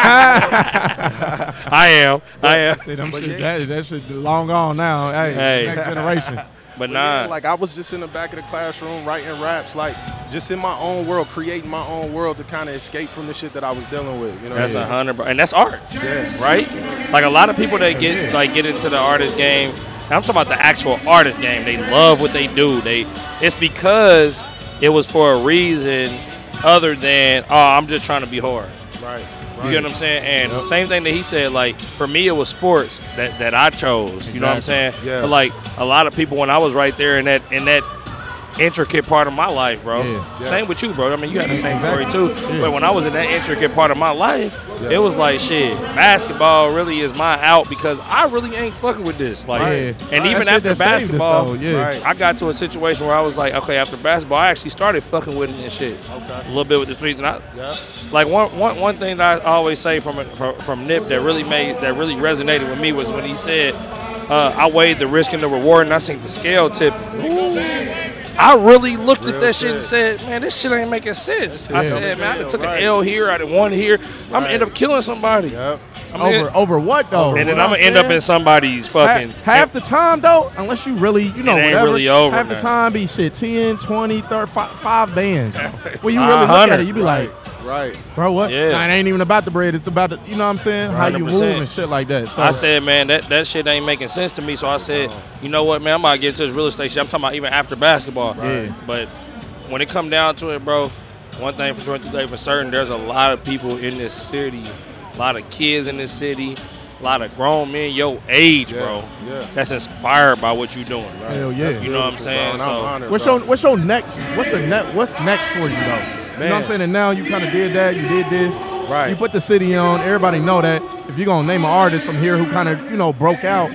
S1: I am. I am.
S2: See, them shit- that, that shit long gone now. Hey,
S1: Hey.
S2: next generation.
S1: But
S10: yeah,
S1: nah.
S10: like I was just in the back of the classroom writing raps, like just in my own world, creating my own world to kind of escape from the shit that I was dealing with. You know,
S1: That's
S10: what I
S1: a
S10: mean?
S1: hundred, bro. and that's art,
S10: Yeah.
S1: right? Like a lot of people that get like get into the artist game. and I'm talking about the actual artist game. They love what they do. They it's because it was for a reason other than oh, I'm just trying to be hard.
S10: Right.
S1: You get what I'm saying? And the same thing that he said, like for me, it was sports that, that I chose. You know what I'm saying?
S10: Exactly. Yeah.
S1: But like a lot of people, when I was right there in that in that intricate part of my life, bro.
S10: Yeah.
S1: Same with you, bro. I mean, you had the same
S10: Exactly.
S1: story too.
S10: Yeah.
S1: But when I was in that intricate part of my life,
S10: Yeah.
S1: it was like shit. Basketball really is my out because I really ain't fucking with this. Like,
S2: Right.
S1: and
S2: Right.
S1: even
S2: That shit
S1: after
S2: that saved us,
S1: basketball,
S2: though. Yeah. Right.
S1: I got to a situation where I was like, okay, after basketball, I actually started fucking with it and shit. A little bit with the streets, and I,
S10: Yeah.
S1: like one, one, one thing that I always say from, from from Nip that really made that really resonated with me was when he said, uh, "I weighed the risk and the reward, and I seen the scale tip." I really looked at that shit and said, "Man, this shit ain't making sense." I
S2: shit
S1: said,
S2: ain't
S1: "Man, I done took
S10: right.
S1: an L here, I done one here. I'm gonna end up killing somebody." I'm gonna-
S2: Over over what though?
S1: and then
S2: You know
S1: I'm
S2: what
S1: gonna end up
S2: saying?
S1: in somebody's fucking.
S2: half, half the time though, unless you really, you know,
S1: It ain't
S2: whatever,
S1: really over,
S2: half the
S1: man.
S2: time be shit 10, 20, 30, five, five bands. When you
S1: A
S2: really look at
S1: hundred.
S2: it, you be
S1: Right.
S2: like,
S10: Right.
S2: bro, what?
S1: Yeah.
S2: Nah, it ain't even about the bread. It's about the, you know what I'm saying? How you move
S1: 100%.
S2: and shit like that. So Uh-huh.
S1: I said, man, that, that shit ain't making sense to me. So I said, you know what, man, I'm about to get into this real estate shit. I'm talking about even after basketball.
S2: Right. Yeah.
S1: But when it come down to it, bro, one thing for sure, two things for certain, there's a lot of people in this city, a lot of kids in this city, a lot of grown men your age, bro.
S10: yeah.
S1: That's inspired by what you're doing. Right?
S2: Hell yeah.
S1: You know what I'm saying?
S10: That's beautiful, bro, and I'm
S1: So
S10: honored.
S2: What's your What's your next? What's the net? What's next for you though? You know what I'm saying? And now you kind of did that. You did this. Right. You put the city on. Everybody know that. If you're gonna name an artist from here who kind of you know broke out,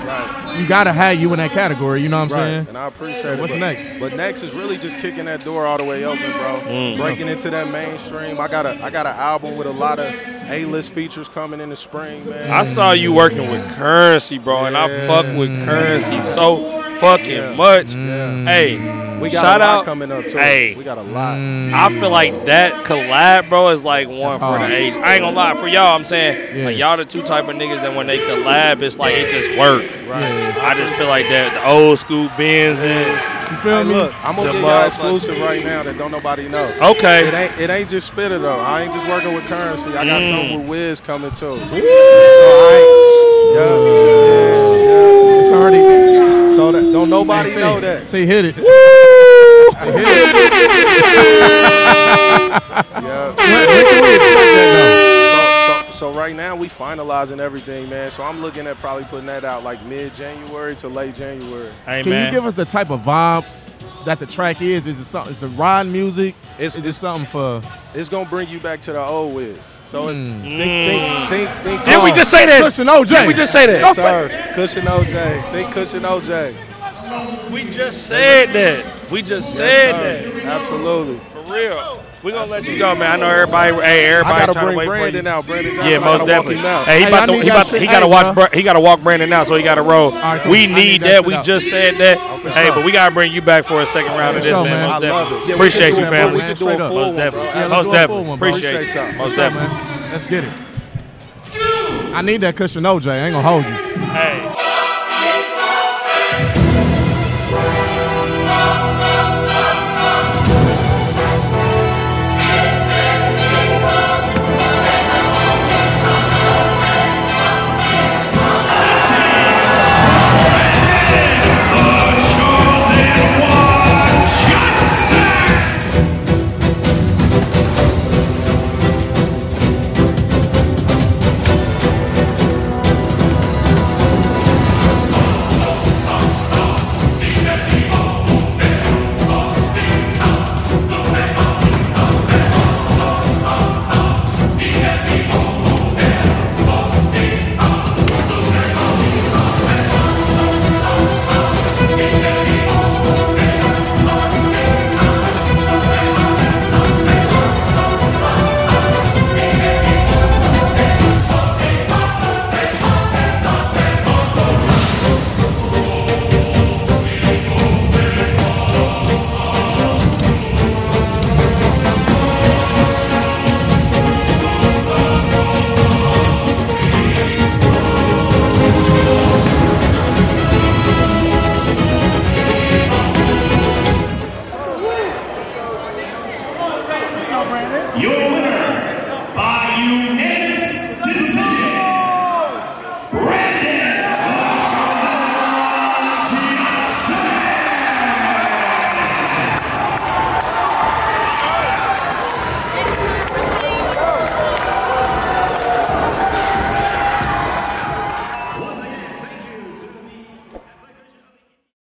S2: you gotta have you in that category. You know what I'm
S10: right.
S2: saying?
S10: And I appreciate
S2: So
S10: it.
S2: what's
S10: but-
S2: next?
S10: But next is really just kicking that door all the way open, bro.
S1: Mm.
S10: Breaking into that mainstream. I got a I got an album with a lot of A-list features coming in the spring, man.
S1: I saw you working with currency, bro, and I fuck with currency so fucking
S10: Yeah.
S1: much.
S10: Yeah.
S1: Hey,
S10: We got a
S1: shout
S10: lot
S1: out
S10: coming up, too.
S1: Hey,
S10: We got a lot.
S1: I feel like that collab, bro, is like one for
S10: Mm. hard.
S1: the age. I ain't gonna lie for y'all. I'm saying
S10: Yeah.
S1: like y'all the two type of niggas that when they collab, it's like it just work.
S10: Right.
S1: I just feel like that the old school Benzes. You
S10: Hey, Look, I'm gonna give y'all exclusive right now that don't nobody know.
S1: Okay.
S10: It ain't it ain't just spitter though. I ain't just working with currency. I got
S1: Mm.
S10: something with Wiz coming too. So I, yeah, yeah, yeah. It's already so that don't nobody
S2: Hey, T,
S10: know that.
S2: T hit it.
S10: I hit it. yeah. So- so- So right now we finalizing everything, man. So I'm looking at probably putting that out like mid-January to late January.
S1: Hey
S2: Can you give us the type of vibe that the track is? Is it something? Is it ride music? It's, is it something for?
S10: it's gonna bring you back to the old Wiz. So it's
S1: Hmm.
S2: Mm.
S10: think, think, think, think.
S2: Didn't we just say that? Cushion OJ. Didn't we just say that?
S10: Yes,
S2: Don't say-
S10: sir. Cushion OJ. Think Cushion OJ.
S1: We just said that. We just
S10: Yes,
S1: said
S10: sir.
S1: that.
S10: Absolutely.
S1: For real. We gonna let you go, man. I know everybody. Hey, everybody
S10: I gotta
S1: trying to
S10: bring
S1: wait
S10: Brandon
S1: for you.
S10: out. Brandon Johnson.
S1: Yeah,
S10: I
S1: most
S10: gotta walk
S1: definitely.
S10: him out.
S1: Hey, he about to, he, about to- he gotta watch.
S10: Brandon.
S1: Bra- he gotta walk Brandon now, so he gotta roll.
S10: cool. I
S1: we
S10: need
S1: need
S10: that
S1: that.
S10: shit
S1: We
S10: out. Oh,
S1: just said that.
S10: for
S1: hey,
S10: sure.
S1: but we gotta bring you back for a second round of this,
S10: For sure,
S1: man.
S10: man.
S1: Most
S10: I
S1: definitely.
S10: love it. Yeah, we
S1: Appreciate
S10: could do
S1: you,
S10: a-
S1: family.
S10: we could do a full
S1: Most
S10: one,
S1: definitely.
S10: bro. Yeah, let's
S1: Most
S10: do a full
S1: definitely.
S10: one, bro.
S1: Appreciate
S10: Appreciate
S1: you.
S10: y'all.
S1: Most
S10: For sure,
S1: definitely.
S2: Let's get it. I need that cushion OJ. I ain't gonna hold you.
S1: Hey.